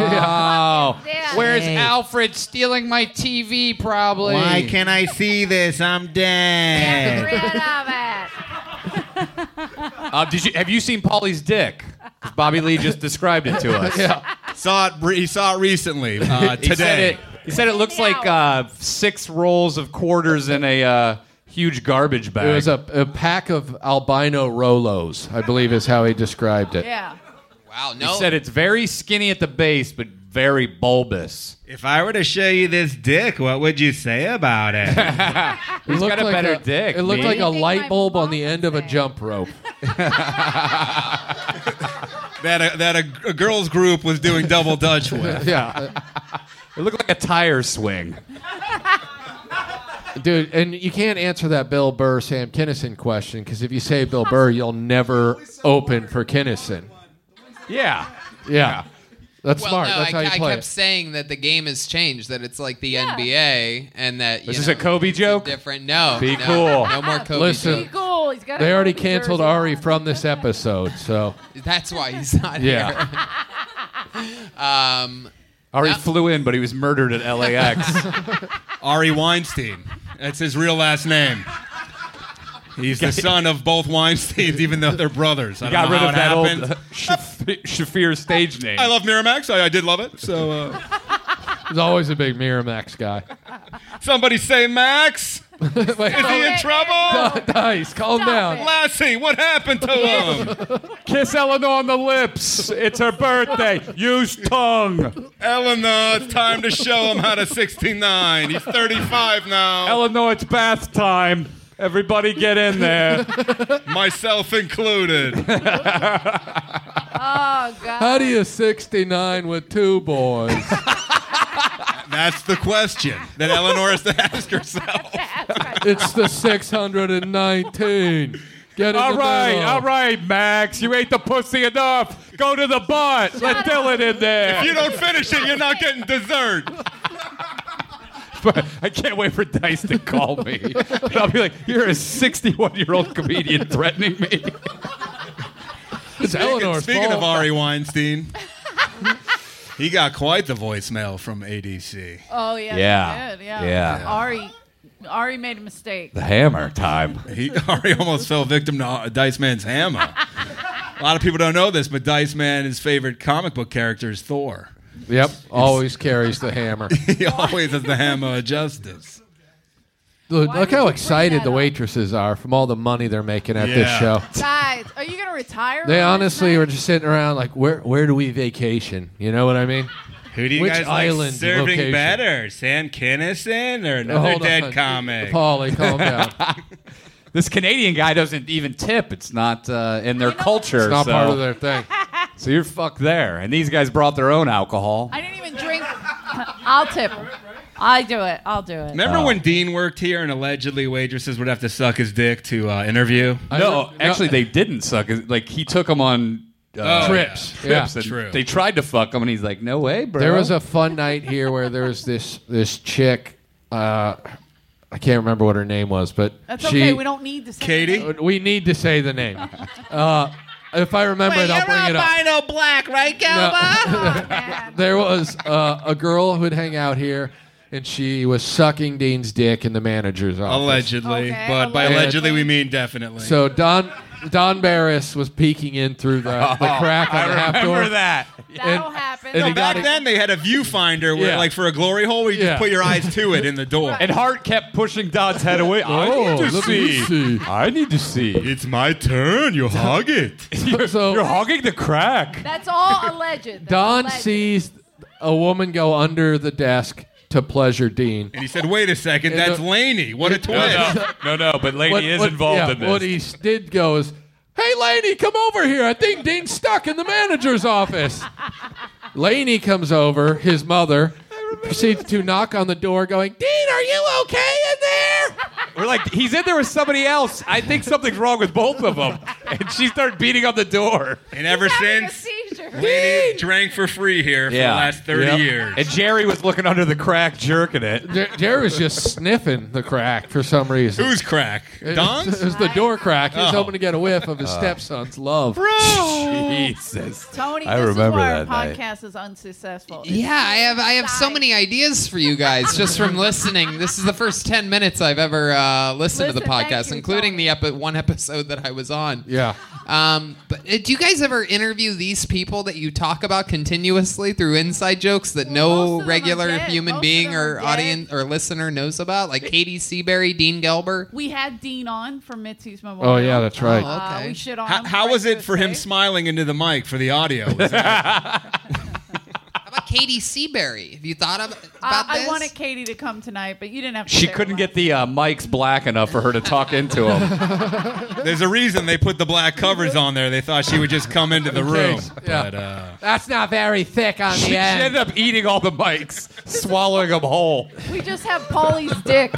Oh,
Dad.
where's
Hey.
Alfred stealing my TV? Probably."
Why can't I see this? I'm
Get
dead.
rid of it.
Uh, did you have you seen Polly's dick? 'Cause Bobby Lee just described it
[LAUGHS]
to us.
Saw it. Re- he saw it recently. [LAUGHS] Uh,
He said
today.
it. He said it looks like uh, six rolls of quarters in a uh, huge garbage bag.
It was a, a pack of albino Rolos, I believe is how he described it. [LAUGHS]
Yeah.
Wow.
he
No.
said it's very skinny at the base, but very bulbous.
If I were to show you this dick, what would you say about it?
It looked
got a better dick,
It looked
man.
like a
What do you think
light
my
bulb on
mom
the end of a
said?
jump
[LAUGHS]
rope.
[LAUGHS] that a, that a, a girls group was doing double dutch [LAUGHS] with.
Yeah.
It looked like a tire swing.
Uh, Dude, and you can't answer that Bill Burr, Sam Kinnison question because if you say Bill Burr, you'll never open for Kinnison.
Yeah.
Yeah. That's
Well,
smart.
no,
That's
I,
how you
I
play
kept
it.
saying that the game has changed, that it's like the NBA, and that you
Is this
know,
a Kobe joke?
different. No,
Be
no,
cool.
No more Kobe
Listen.
Be cool. He's got a
They already
Kobe
canceled
jersey
Ari
on.
from this episode, so
jokes. That's why he's not
Yeah.
here. Um,
Ari flew in, but he was murdered at
[LAUGHS]
LAX.
Ari Weinstein. That's his real last name. He's the son of both Weinsteins, even though they're brothers. I don't
Got
know
rid
how
of
it
that old
happened.
uh, Shaf- Shafir stage name.
[LAUGHS] I love Miramax. I, I did love it. So uh,
[LAUGHS] he's always a big Miramax guy.
somebody say Max.
Wait,
Is he in trouble?
[LAUGHS] Dice, calm
Stop
down.
it.
Lassie, what happened to him?
Kiss Eleanor on the lips. It's her birthday. Use tongue.
Eleanor, it's time to show him how to 69. He's 35 now.
Eleanor, it's bath time. Everybody get in
[LAUGHS]
there.
Myself included.
Oh God.
How do you 69 with two boys?
That's the question that Eleanor has to ask herself.
it's the 619. Get in
All
the
right,
middle.
all right, Max. You ate the pussy enough. Go to the butt. Let Dylan in there. [LAUGHS]
If you don't finish it, you're not getting dessert.
I can't wait for Dice to call me. [LAUGHS] And I'll be like, you're a 61 year old comedian threatening me.
It's Eleanor's
Speaking
fault.
of Ari [LAUGHS] Weinstein, he got quite the voicemail from ADC.
Oh yeah.
Yeah.
he did, Yeah.
Yeah.
Ari, Ari made a mistake.
The hammer time.
He [LAUGHS] Ari almost fell victim to Dice Man's hammer. A lot of people don't know this, but Dice Man, his favorite comic book character is Thor. [LAUGHS]
Yep, always carries
[LAUGHS]
the hammer.
He always has the hammer of justice.
Look,
Why
look
did you
how
bring
excited
that
the
up?
waitresses are from all the money they're making at this
Yeah.
show.
[LAUGHS] Guys, are you gonna retire?
They
on this
honestly
night?
were just sitting around like, where where do we vacation? You know what I mean?
Who do you
Which
guys
island
like serving
location?
better, Sam Kinison or
Now,
another
hold
dead
on.
comic?
Paulie, calm
[LAUGHS]
down.
This Canadian guy doesn't even tip. It's not uh, in their culture.
It's not
so,
part of their thing.
so you're fucked there. And these guys brought their own alcohol.
I didn't even drink. [LAUGHS] I'll tip. him. I do it. I'll do it.
Oh.
Remember when Dean worked here and allegedly waitresses would have to suck his dick to uh, interview?
no, actually, they didn't suck. it- Like he took them on uh,
Oh,
trips.
yeah.
Trips.
Yeah.
and
True.
They tried to fuck him, and he's like, "No way, bro."
There
[LAUGHS]
was a fun night here where there was this this chick. Uh, I can't remember what her name was, but
That's
she. Uh,
okay. We don't need to. Say
Katie?
We need to say the name. Uh, if I remember
Wait,
it, I'll
you're
bring it up.
albino black, right, Galba?
[LAUGHS] There was uh, a girl who'd hang out here, and she was sucking Dean's dick in the manager's office.
Allegedly,
Okay,
but by
allegedly.
allegedly we mean definitely.
So Don Don Barris was peeking in through the,
[LAUGHS]
the crack on the half door.
Remember that?
That'll
And-
happen.
and
no,
he got
back
it-
then they had a viewfinder where,
Yeah.
like, for a glory hole, where you
Yeah.
just put your eyes to it in the
[LAUGHS]
door.
And Hart kept pushing Dodd's head away. I
Oh,
need to
let me
see.
see.
[LAUGHS] I need to see.
it's my turn. You hog [LAUGHS] it.
You're,
So-
you're hogging the crack.
That's all alleged. That's
Don
alleged.
sees a woman go under the desk to pleasure Dean.
And he said, "Wait a second,
And
that's
the-
Laney. What a twist!"
[LAUGHS] no, no. But Lady
What- what- yeah, What he s- did go is, "Hey, Laney, come over here. I think Dean's stuck in the manager's office." [LAUGHS] Laney comes over, his mother proceeds to knock on the door, going, "Dean, are you okay in there?"
We're like, he's in there with somebody else. I think something's wrong with both of them. And she started beating on the door.
And ever
Having a
since,
seizure.
Laney drank for free here for the last thirty
Yep.
years.
And Jerry was looking under the crack, jerking
[LAUGHS]
it.
Jer- Jerry was just sniffing the crack for some reason.
Who's crack?
[LAUGHS] It [LAUGHS] was-
Don's?
It was the door crack. He was
Oh.
hoping to get a whiff of his stepson's love.
Jesus.
Tony,
I
this
remember
is why our
that night.
podcast is unsuccessful.
Yeah, I have I have so
Nice.
many ideas for you guys just
[LAUGHS]
from listening. This is the first ten minutes I've ever uh, listened to the
Listen, thank
podcast,
you,
including
Tony.
the epi- one episode that I was on.
Yeah.
Um, but uh, do you guys ever interview these people that you talk about continuously through inside jokes that
most of
no
them are
regular
dead.
human
Most of
being
them are
or
dead.
audience or listener knows about, like Katie Seabury, Dean Gelber?
We had Dean on for Mitzi's memorial.
Oh yeah, that's right.
Oh.
Uh,
Okay.
we shit on
How,
him
how was it for
eh?
him
Christmas Day.
smiling into the mic for
[LAUGHS]
the audio? Was that-
How about Katie Seabury? Have you thought of,
Uh,
about this?
I wanted Katie to come tonight, but you didn't have. To
She
say
couldn't
why.
get the uh, mics black enough for her to talk into
[LAUGHS]
them.
There's a reason they put the black covers on there. They thought she would just come into the room.
case, yeah.
But, uh,
That's not very thick on
she, she ended up eating all the mics, swallowing them whole.
We just have Paulie's dick.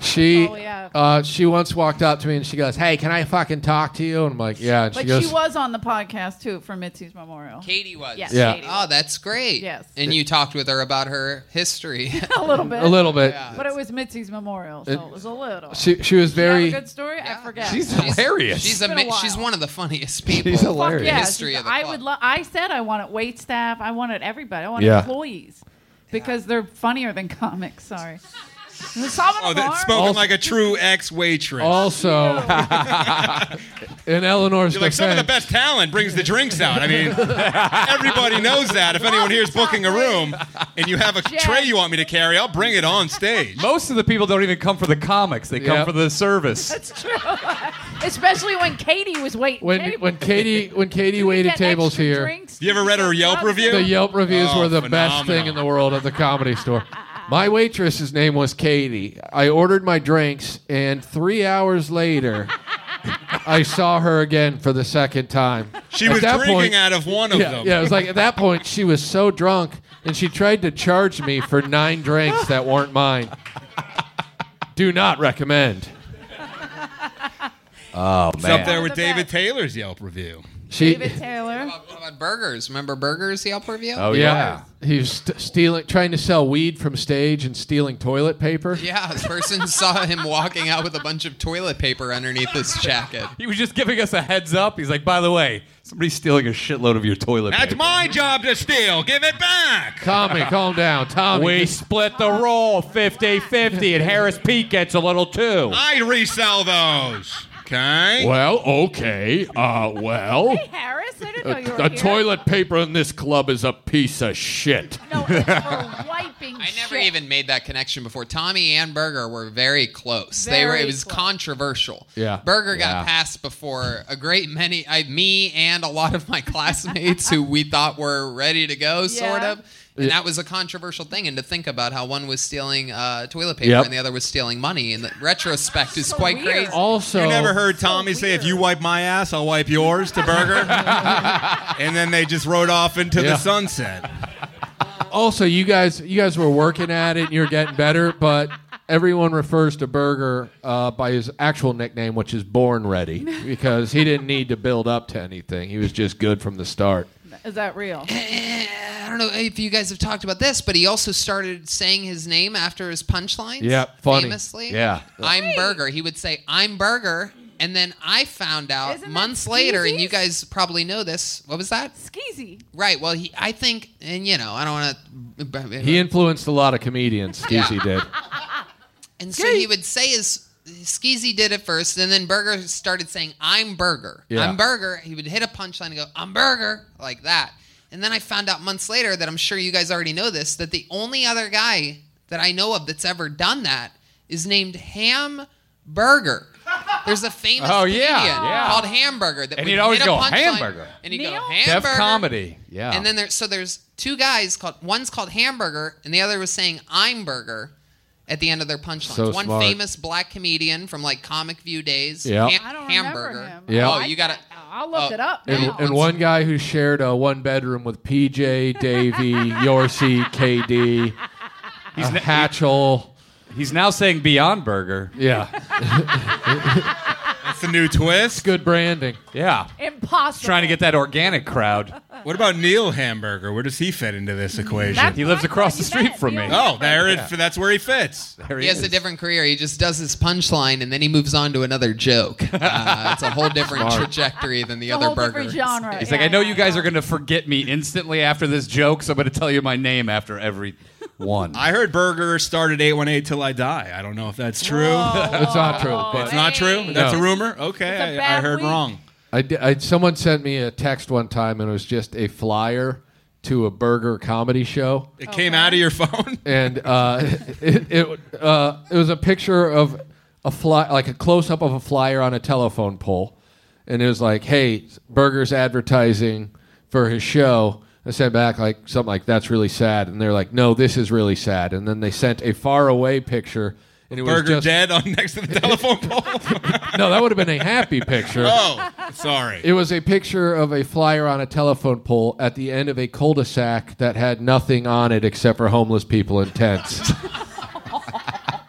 She
Oh, yeah.
uh, she once walked up to me and she goes, "Hey, can I fucking talk to you?" And I'm like, "Yeah." And she
But
goes,
she was on the podcast too for Mitzi's memorial.
Katie was.
Yes,
Yeah.
Katie
Ah,
Oh,
was.
that's great.
Yes.
And you talked with her about her history.
a little bit.
"A little bit."
But it was Mitzi's memorial, so it, was a little.
She she was
Did I have
very
a good story. I forget.
She's hilarious.
She's
It's been a
ama- she's
while.
one of the funniest people.
She's
Fuck
hilarious.
yeah,
History
she's-
of the
I
club.
would. Lo- I said I wanted wait staff. I wanted everybody. I wanted
Yeah.
employees because they're funnier than comics.
[LAUGHS]
Sorry. Some
oh,
of them
that's
are.
spoken
Also-
like a true ex waitress.
also [LAUGHS]
uh,
in Eleanor's
You're like some of the
defense,
best talent brings the drinks out.
[LAUGHS]
I mean, everybody knows that. If anyone here is booking a room and you have a
Jeff.
tray you want me to carry, I'll bring it on stage.
Most of the people don't even come for the comics; they come
Yep.
for the service.
Oh,
Especially when Katie was waiting.
when
tables.
when Katie when Katie
You
waited
get
tables
extra
here,
drinks.
You ever read her Yelp
Subs.
review?
the Yelp reviews
Oh,
were the best
phenomenal.
thing in the world at the comedy store. My waitress's name was Katie. I ordered my drinks, and three
[LAUGHS]
hours later, I saw her again for the second time.
She
At
was
that
drinking
point-
out of one of
yeah,
them.
Yeah, it was like at that point she was so drunk, and she tried to charge me for nine drinks that weren't mine. Do not recommend.
Oh
It's up there with David Taylor's Yelp review.
She-
David Taylor.
What about burgers? Remember burgers Yelp review?
Oh,
Oh,
He was st- stealing, trying to sell weed from stage and stealing toilet paper.
Yeah, this person [LAUGHS] saw him walking out with a bunch of toilet paper underneath his jacket.
He was just giving us a heads up. He's like, by the way, somebody's stealing a shitload of your toilet
That's
paper.
my job to steal. Give it back.
Tommy, calm down. Tommy.
We
just-
split the roll 50 50, and Harris Pete gets a little too.
I resell those. Okay.
Well, okay. Uh, well.
Hey, Harris, I didn't know you
A,
were
a
here.
toilet paper in this club is a piece of shit.
No,
[LAUGHS]
it's for wiping
I never
shit.
even made that connection before. Tommy and Burger were very close. they
Very
were. It was
close.
controversial.
Yeah.
Burger
Yeah.
got passed before a great many. I, me and a lot of my [LAUGHS] classmates who we thought were ready to go, sort
Yeah.
of. And that was a controversial thing. And to think about how one was stealing uh, toilet paper
Yep.
and the other was stealing money, in the retrospect, is
So
quite
weird.
crazy.
Also,
you never heard Tommy
so
say, "If
weird.
you wipe my ass, I'll wipe yours" to
[LAUGHS]
Burger, and then they just rode off into
Yeah.
the sunset.
also you guys you guys were working at it and you're getting better, but everyone refers to Burger uh, by his actual nickname, which is Born Ready, because he didn't need to build up to anything. He was just good from the start.
Is that
[LAUGHS]
real?
I don't know if you guys have talked about this, but he also started saying his name after his punchlines.
Yep, funny.
Famously.
Yeah.
I'm Burger. He would say, I'm Burger. And then I found out
Isn't that
months later, and you
Sneezy's?
guys probably know this. What was that?
Skeezy.
Right. Well, he, I think, and you know, I don't want to.
He influenced a lot of comedians. Steezy did.
and so he would say his. Skeezy did it first, and then Burger started saying, I'm Burger.
Yeah.
I'm Burger. He would hit a punchline and go, I'm Burger, like that. And then I found out months later that I'm sure you guys already know this that the only other guy that I know of that's ever done that is named Ham Burger. There's a famous
Oh,
comedian
yeah, yeah.
called Hamburger that
And
would
he'd always
hit
go,
a punchline,
"Hamburger."
And he'd
Neil?
go,
Def
Hamburger.
comedy. Yeah.
Oh.
And then there, so there's two guys called one's called Hamburger and the other was saying I'm Burger at the end of their punchlines.
So
One
smart.
famous black comedian from Comic View days.
Yeah.
Ham-
I don't
hamburger.
remember him.
Yeah.
Oh, you got to.
I'll look
Oh.
it up.
And,
now.
and one guy who shared a one bedroom with PJ, Davey, Yorsey, KD, uh, Hatchel.
He's now saying Beyond Burger.
Yeah.
That's the new twist.
Good branding.
Yeah.
Impossible.
Trying to get that organic crowd.
What about Neil Hamburger? Where does he fit into this equation?
That's
He lives
what I
across
thought
the
you
street
meant.
from
You
me.
know?
Oh, there it, that's where he fits.
There
He
he
has a
is.
different career. He just does his punchline and then he moves on to another
[LAUGHS]
joke. Uh, it's a whole different trajectory than the
It's a
other
whole
burger.
different genre.
He's like, I know you guys are going to forget me instantly after this joke, so I'm going to tell you my name after every one.
I heard Burger started 818 till I die. I don't know if that's true.
[LAUGHS]
It's not true,
Oh,
but-
[LAUGHS] It's not true? That's a rumor? Okay,
It's a
I, I
bad
heard
week.
wrong.
I, di- I someone sent me a text one time and it was just a flyer to a burger comedy show
Oh,
It came out of your phone?
and uh, [LAUGHS] it it, uh, it was a picture of a fly like a close up of a flyer on a telephone pole and it was like hey burgers advertising for his show I sent back like something like that's really sad and they're like no this is really sad and then they sent a far away picture and it was
Burger
just
dead on [LAUGHS] next to the
[LAUGHS]
telephone pole? [LAUGHS]
no that would have been a happy picture
oh, sorry.
It was a picture of a flyer on a telephone pole at the end of a cul-de-sac that had nothing on it except for homeless people
[LAUGHS]
in tents.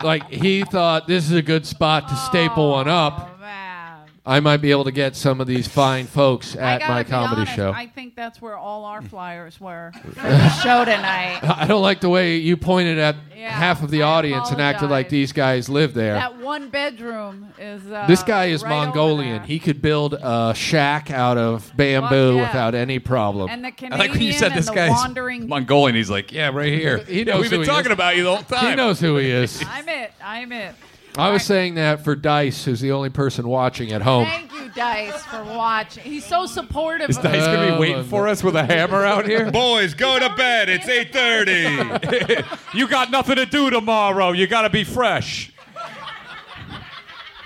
like he thought this is a good spot to staple one up.
Oh, man.
I might be able to get some of these fine folks
I
at
gotta
my
be
comedy
honest,
show.
I think that's where
[LAUGHS]
all our flyers were for the show tonight.
[LAUGHS] I don't like the way you pointed at
Yeah,
half of the
I
audience and acted like
apologize.
these guys live there.
That one bedroom is. Uh,
this guy is
right over
Mongolian.
there.
He could build a shack out of bamboo
yeah.
without any problem.
and the
I
Canadian
like when you said
and
this
the
guy's [LAUGHS]
wandering.
Mongolian. He's like, yeah, right here.
He knows
We've been
who he
talking
is.
about you the whole time.
he knows who
[LAUGHS]
he is.
I'm it. I'm it.
I was saying that for Dice, who's the only person watching at home.
Thank you, Dice, for watching. He's so supportive.
Is
of
Dice going to
Oh,
be waiting for us with a hammer out
[LAUGHS]
here?
Boys, go to bed. It's 8.30.
you got nothing to do tomorrow. You got to be fresh.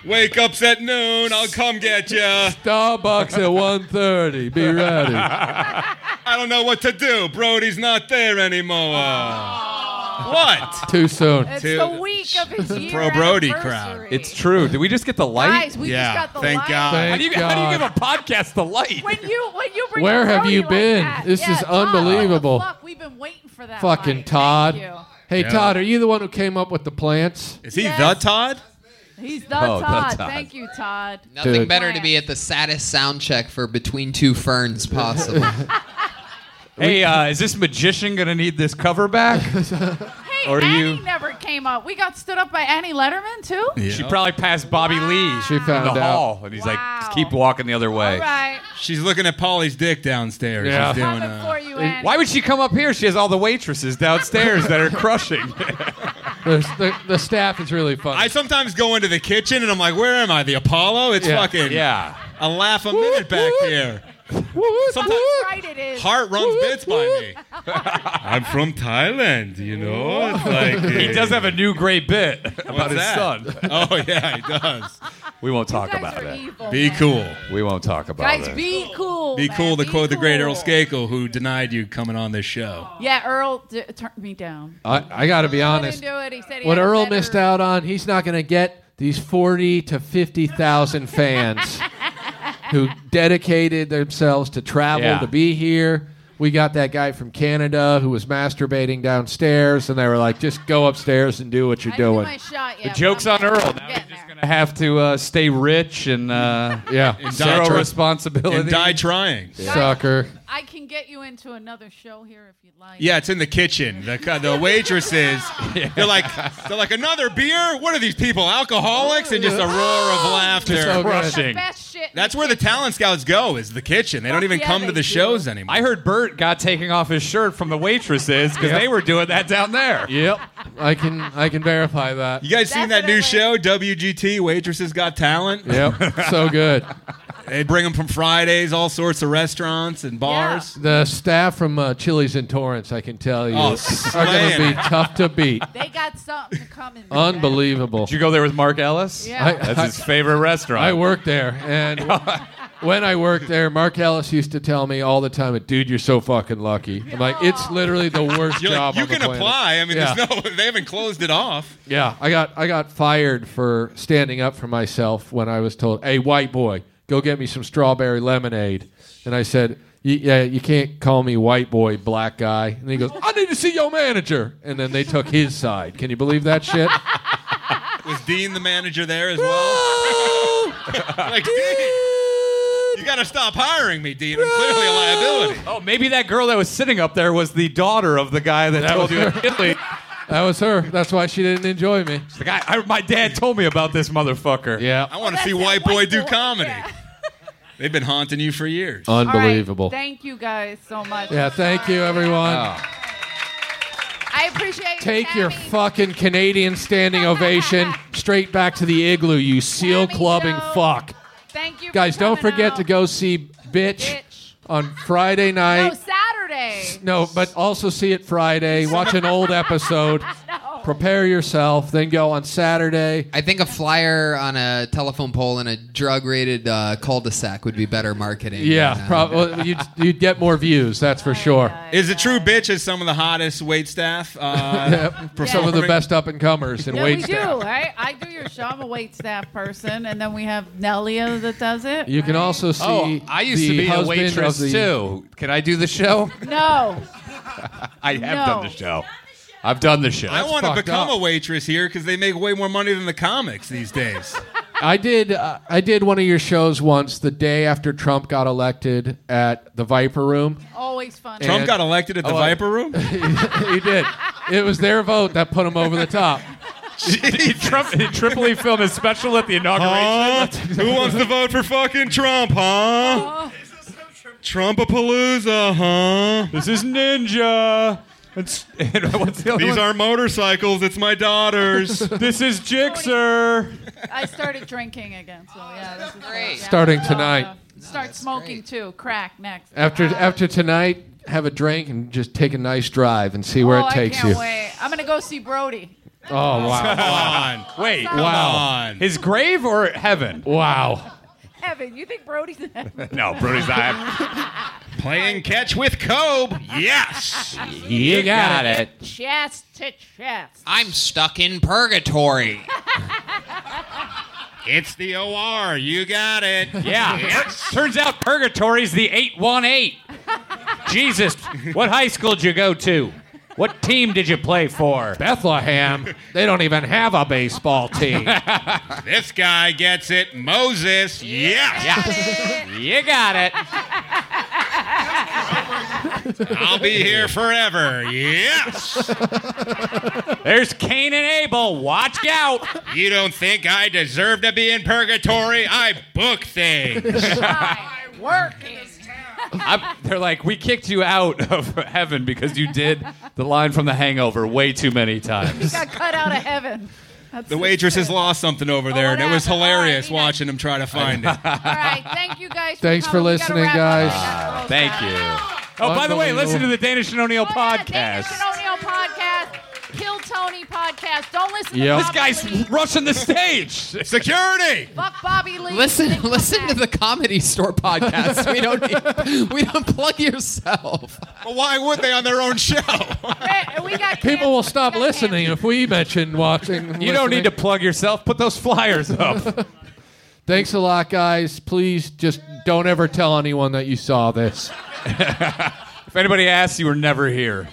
Wake up's at noon. I'll come get you. I
Starbucks at 1.30.
[LAUGHS]
Be ready.
don't know what to do. Brody's not there anymore.
Oh.
What?
Too soon.
It's the week of his year
Pro Brody crowd.
It's true. Did we just get the light?
Guys, we just
yeah,
got the
thank
light.
God.
Thank
How do you, how do you
God.
give a podcast the light?
When you when you bring
Where
up
have
Brody
you
like
been?
that-
This
Yeah,
is
Todd, what the
unbelievable.
fuck? We've been waiting for that.
Fucking
light.
Todd.
Thank you.
Hey,
Yeah.
Todd, are you the one who came up with the plants?
Is he
Yes.
the Todd?
He's the
Oh, the
Todd.
Todd.
Thank you, Todd.
Nothing
Dude.
better to be at the saddest sound check for Between Two
[LAUGHS]
Ferns possible.
Hey, uh, is this magician going to need this cover [LAUGHS] back?
Hey,
Or do
Annie
you-
never came up. We got stood up by Annie Letterman too.
She probably passed Bobby Lee
She
in the
found out.
hall, and he's like,
Wow.
just keep walking the other way.
All right,
She's looking at Polly's dick downstairs.
Yeah.
She's doing,
coming
uh,
for you, Annie.
Why would she come up here? She has all the waitresses downstairs that are [LAUGHS] crushing.
There's, the, the staff is really funny.
I sometimes go into the kitchen and I'm like, where am I? The Apollo? It's
Yeah.
fucking
yeah.
a laugh a minute back here.
Fucking
Sometimes
right it is.
heart runs bits by me. I'm from Thailand, you know. It's like
He does have a new great bit about
[LAUGHS] What's
his
that?
son.
[LAUGHS] Oh yeah, he does.
We won't
You
talk
guys
about
are
it.
evil,
Be
man.
cool.
We won't talk about
Guys,
it.
be cool.
Be
man.
cool to
Be
quote the great Earl
cool.
Skakel, who denied you coming on this show.
Yeah, Earl d- turned me down.
I, I got to be honest.
He didn't do it. He said he
What
had
Earl
better-
missed out on, he's not going to get these 40 to
[LAUGHS]
50,000 fans who dedicated themselves to travel
Yeah.
to be here. We got that guy from Canada who was masturbating downstairs, and they were like, just go upstairs and do what you're
I didn't do
doing.
my shot yet, but
Joke's
I'm
on
getting-
Earl.
I'm
Now he's
getting
just
there.
going to have to uh, stay rich and uh,
yeah.
[LAUGHS] zero
Doctor-
responsibility. [LAUGHS]
And die trying.
Sucker.
I can get you into another show here if you'd like.
Yeah, it's in the kitchen. The the waitresses, they're like they're like another beer. What are these people alcoholics? And just a roar of
so
laughter.
good.
Crushing.
Best shit. in
That's
the
where the
kitchen.
talent scouts go is the kitchen. They don't
Fuck
even
yeah,
come
they
to the
do.
shows anymore.
I heard Bert got taking off his shirt from the waitresses because they were doing that down there.
Yep. I can I can verify that.
you guys seen
That's
that new
what I
show WGT Waitresses Got Talent?
Yep. So good.
They bring them from Fridays, all sorts of restaurants and bars.
The staff from uh, Chili's in Torrance, I can tell you,
Oh,
are going to
slaying
be
it.
tough
[LAUGHS]
to beat.
They got something coming.
Unbelievable.
Did you go there with Mark Ellis?
Yeah.
I,
That's his favorite restaurant.
I worked there, and [LAUGHS] when I worked there, Mark Ellis used to tell me all the time, "Dude, you're so fucking lucky." I'm like, "It's literally
[LAUGHS]
the worst
You're
job."
like, you
on the
can
planet."
apply. I mean,
yeah,
there's no. [LAUGHS] They haven't closed it off.
yeah. I got I got fired for standing up for myself when I was told, "Hey, white boy, go get me some strawberry lemonade," and I said. "Y- Yeah, you can't call me white boy, black guy. And he goes, I need to see your manager. And then they took his side. Can you believe that shit?
Was Dean the manager there as well? [LAUGHS] like, Dean, you got to stop hiring me, Dean. I'm clearly a liability.
Oh, maybe that girl that was sitting up there was the daughter of the guy that, told
was
you
her.
in Italy.
That was her. That's why she didn't enjoy me.
The guy, I, my dad told me about this motherfucker.
Yeah.
I want to
That's
see
that
white boy
white
do
boy,
comedy.
yeah.
[LAUGHS] They've been haunting you for years.
Oh. Unbelievable.
All right, thank you guys so much.
yeah, thank you, everyone.
Oh.
I appreciate you,
Take your
Tammy.
fucking Canadian
[LAUGHS]
standing ovation straight back to the igloo, you seal
Tammy
clubbing
Joe.
fuck.
Thank you, for
Guys, don't
coming
forget
out.
to go see Bitch
Bitch.
on Friday
No,
night.
Saturday.
No, but also see it
[LAUGHS]
Friday. Watch an old episode. Prepare yourself. Then go on Saturday.
I think a flyer on a telephone pole in a drug-rated uh, cul-de-sac would be better marketing.
Yeah,
than, uh,
probably you'd, you'd get more views, that's for sure.
Is it true, bitch? Is some of the hottest wait staff?
[LAUGHS]
Uh,
For some of the
performing-
best up and comers and
Yeah,
wait
we do. Right? I do your show. I'm a wait staff person, and then we have Nelia that does it.
You can
right?
also see.
Oh, I used
the
to be a
husband
waitress
of the-
too. Can I do the show?
No,
I have
No.
done the show. I've done the show.
I want to
fucked
become
up.
a waitress here because they make way more money than the comics
[LAUGHS]
these days.
I did. Uh, I did one of your shows once, the day after Trump got elected at the Viper Room. [LAUGHS]
always fun.
Trump
And- oh,
got elected at the
I- [LAUGHS]
Viper Room.
he did. It was their vote that put him over the top.
Did Trump, did Tripoli film his special at the inauguration?
Huh? Who wants to vote for fucking
[LAUGHS]
Trump,
[LAUGHS]
huh? Trumpapalooza, huh?
This is Ninja. It's, and [LAUGHS] what's the other
[LAUGHS] These
one?
aren't motorcycles, it's my daughter's.
this is Jixer.
I started drinking again, so yeah, this is
Great.
yeah.
Starting
So,
tonight.
uh, start smoking
great.
too. Crack next.
After
Ah.
after tonight, have a drink and just take a nice drive and see where
Oh,
it takes
I can't
you.
Wait. I'm gonna go see Brody.
Oh wow!
Come on.
Wait,
Come
Wow!
on.
his grave or heaven?
Wow!
Heaven, you think Brody's in heaven?
No, Brody's not.
[LAUGHS] Playing catch with Cobe. Yes.
You got it.
Chest to chest.
I'm stuck in purgatory.
[LAUGHS] It's the OR. You got it. [LAUGHS]
Yeah. Turns out purgatory's the 818. Jesus, what high school did you go to? What team did you play for?
Bethlehem. They don't even have a baseball team.
[LAUGHS]
This guy gets it. Moses. Yes.
You got it.
I'll be here forever. Yes.
There's Cain and Abel. Watch out.
You don't think I deserve to be in purgatory? I book things.
Working.
I'm, they're like, we kicked you out of heaven because you did the line from The Hangover way too many times.
Got cut out of heaven. That's
The waitress has lost something over there, and it was
whatever.
hilarious
Oh, I mean, I-
watching him try to find
[LAUGHS]
it.
All right. Thank you guys.
Thanks for
coming. We gotta
listening,
wrap up.
guys.
We gotta close
Thank
out.
you. Oh, by the way, listen to the Danish and O'Neill
Oh, yeah, Danish
podcast.
and O'Neill podcast. Kill Tony podcast. Don't listen
Yep.
to
This
Bobby Lee.
guy's rushing the stage.
Security.
Fuck Bobby Lee.
Listen,
Then come
listen to
back.
the comedy store podcast.
[LAUGHS]
We don't need, we don't plug yourself.
Well, why would they on their own show?
Hey, We got
People will
canceled.
stop
We got canceled.
listening if we mention watching.
You don't need to
listening.
plug yourself. Put those flyers
[LAUGHS]
up.
Thanks a lot, guys. Please just don't ever tell anyone that you saw this.
if anybody asks, you were never here.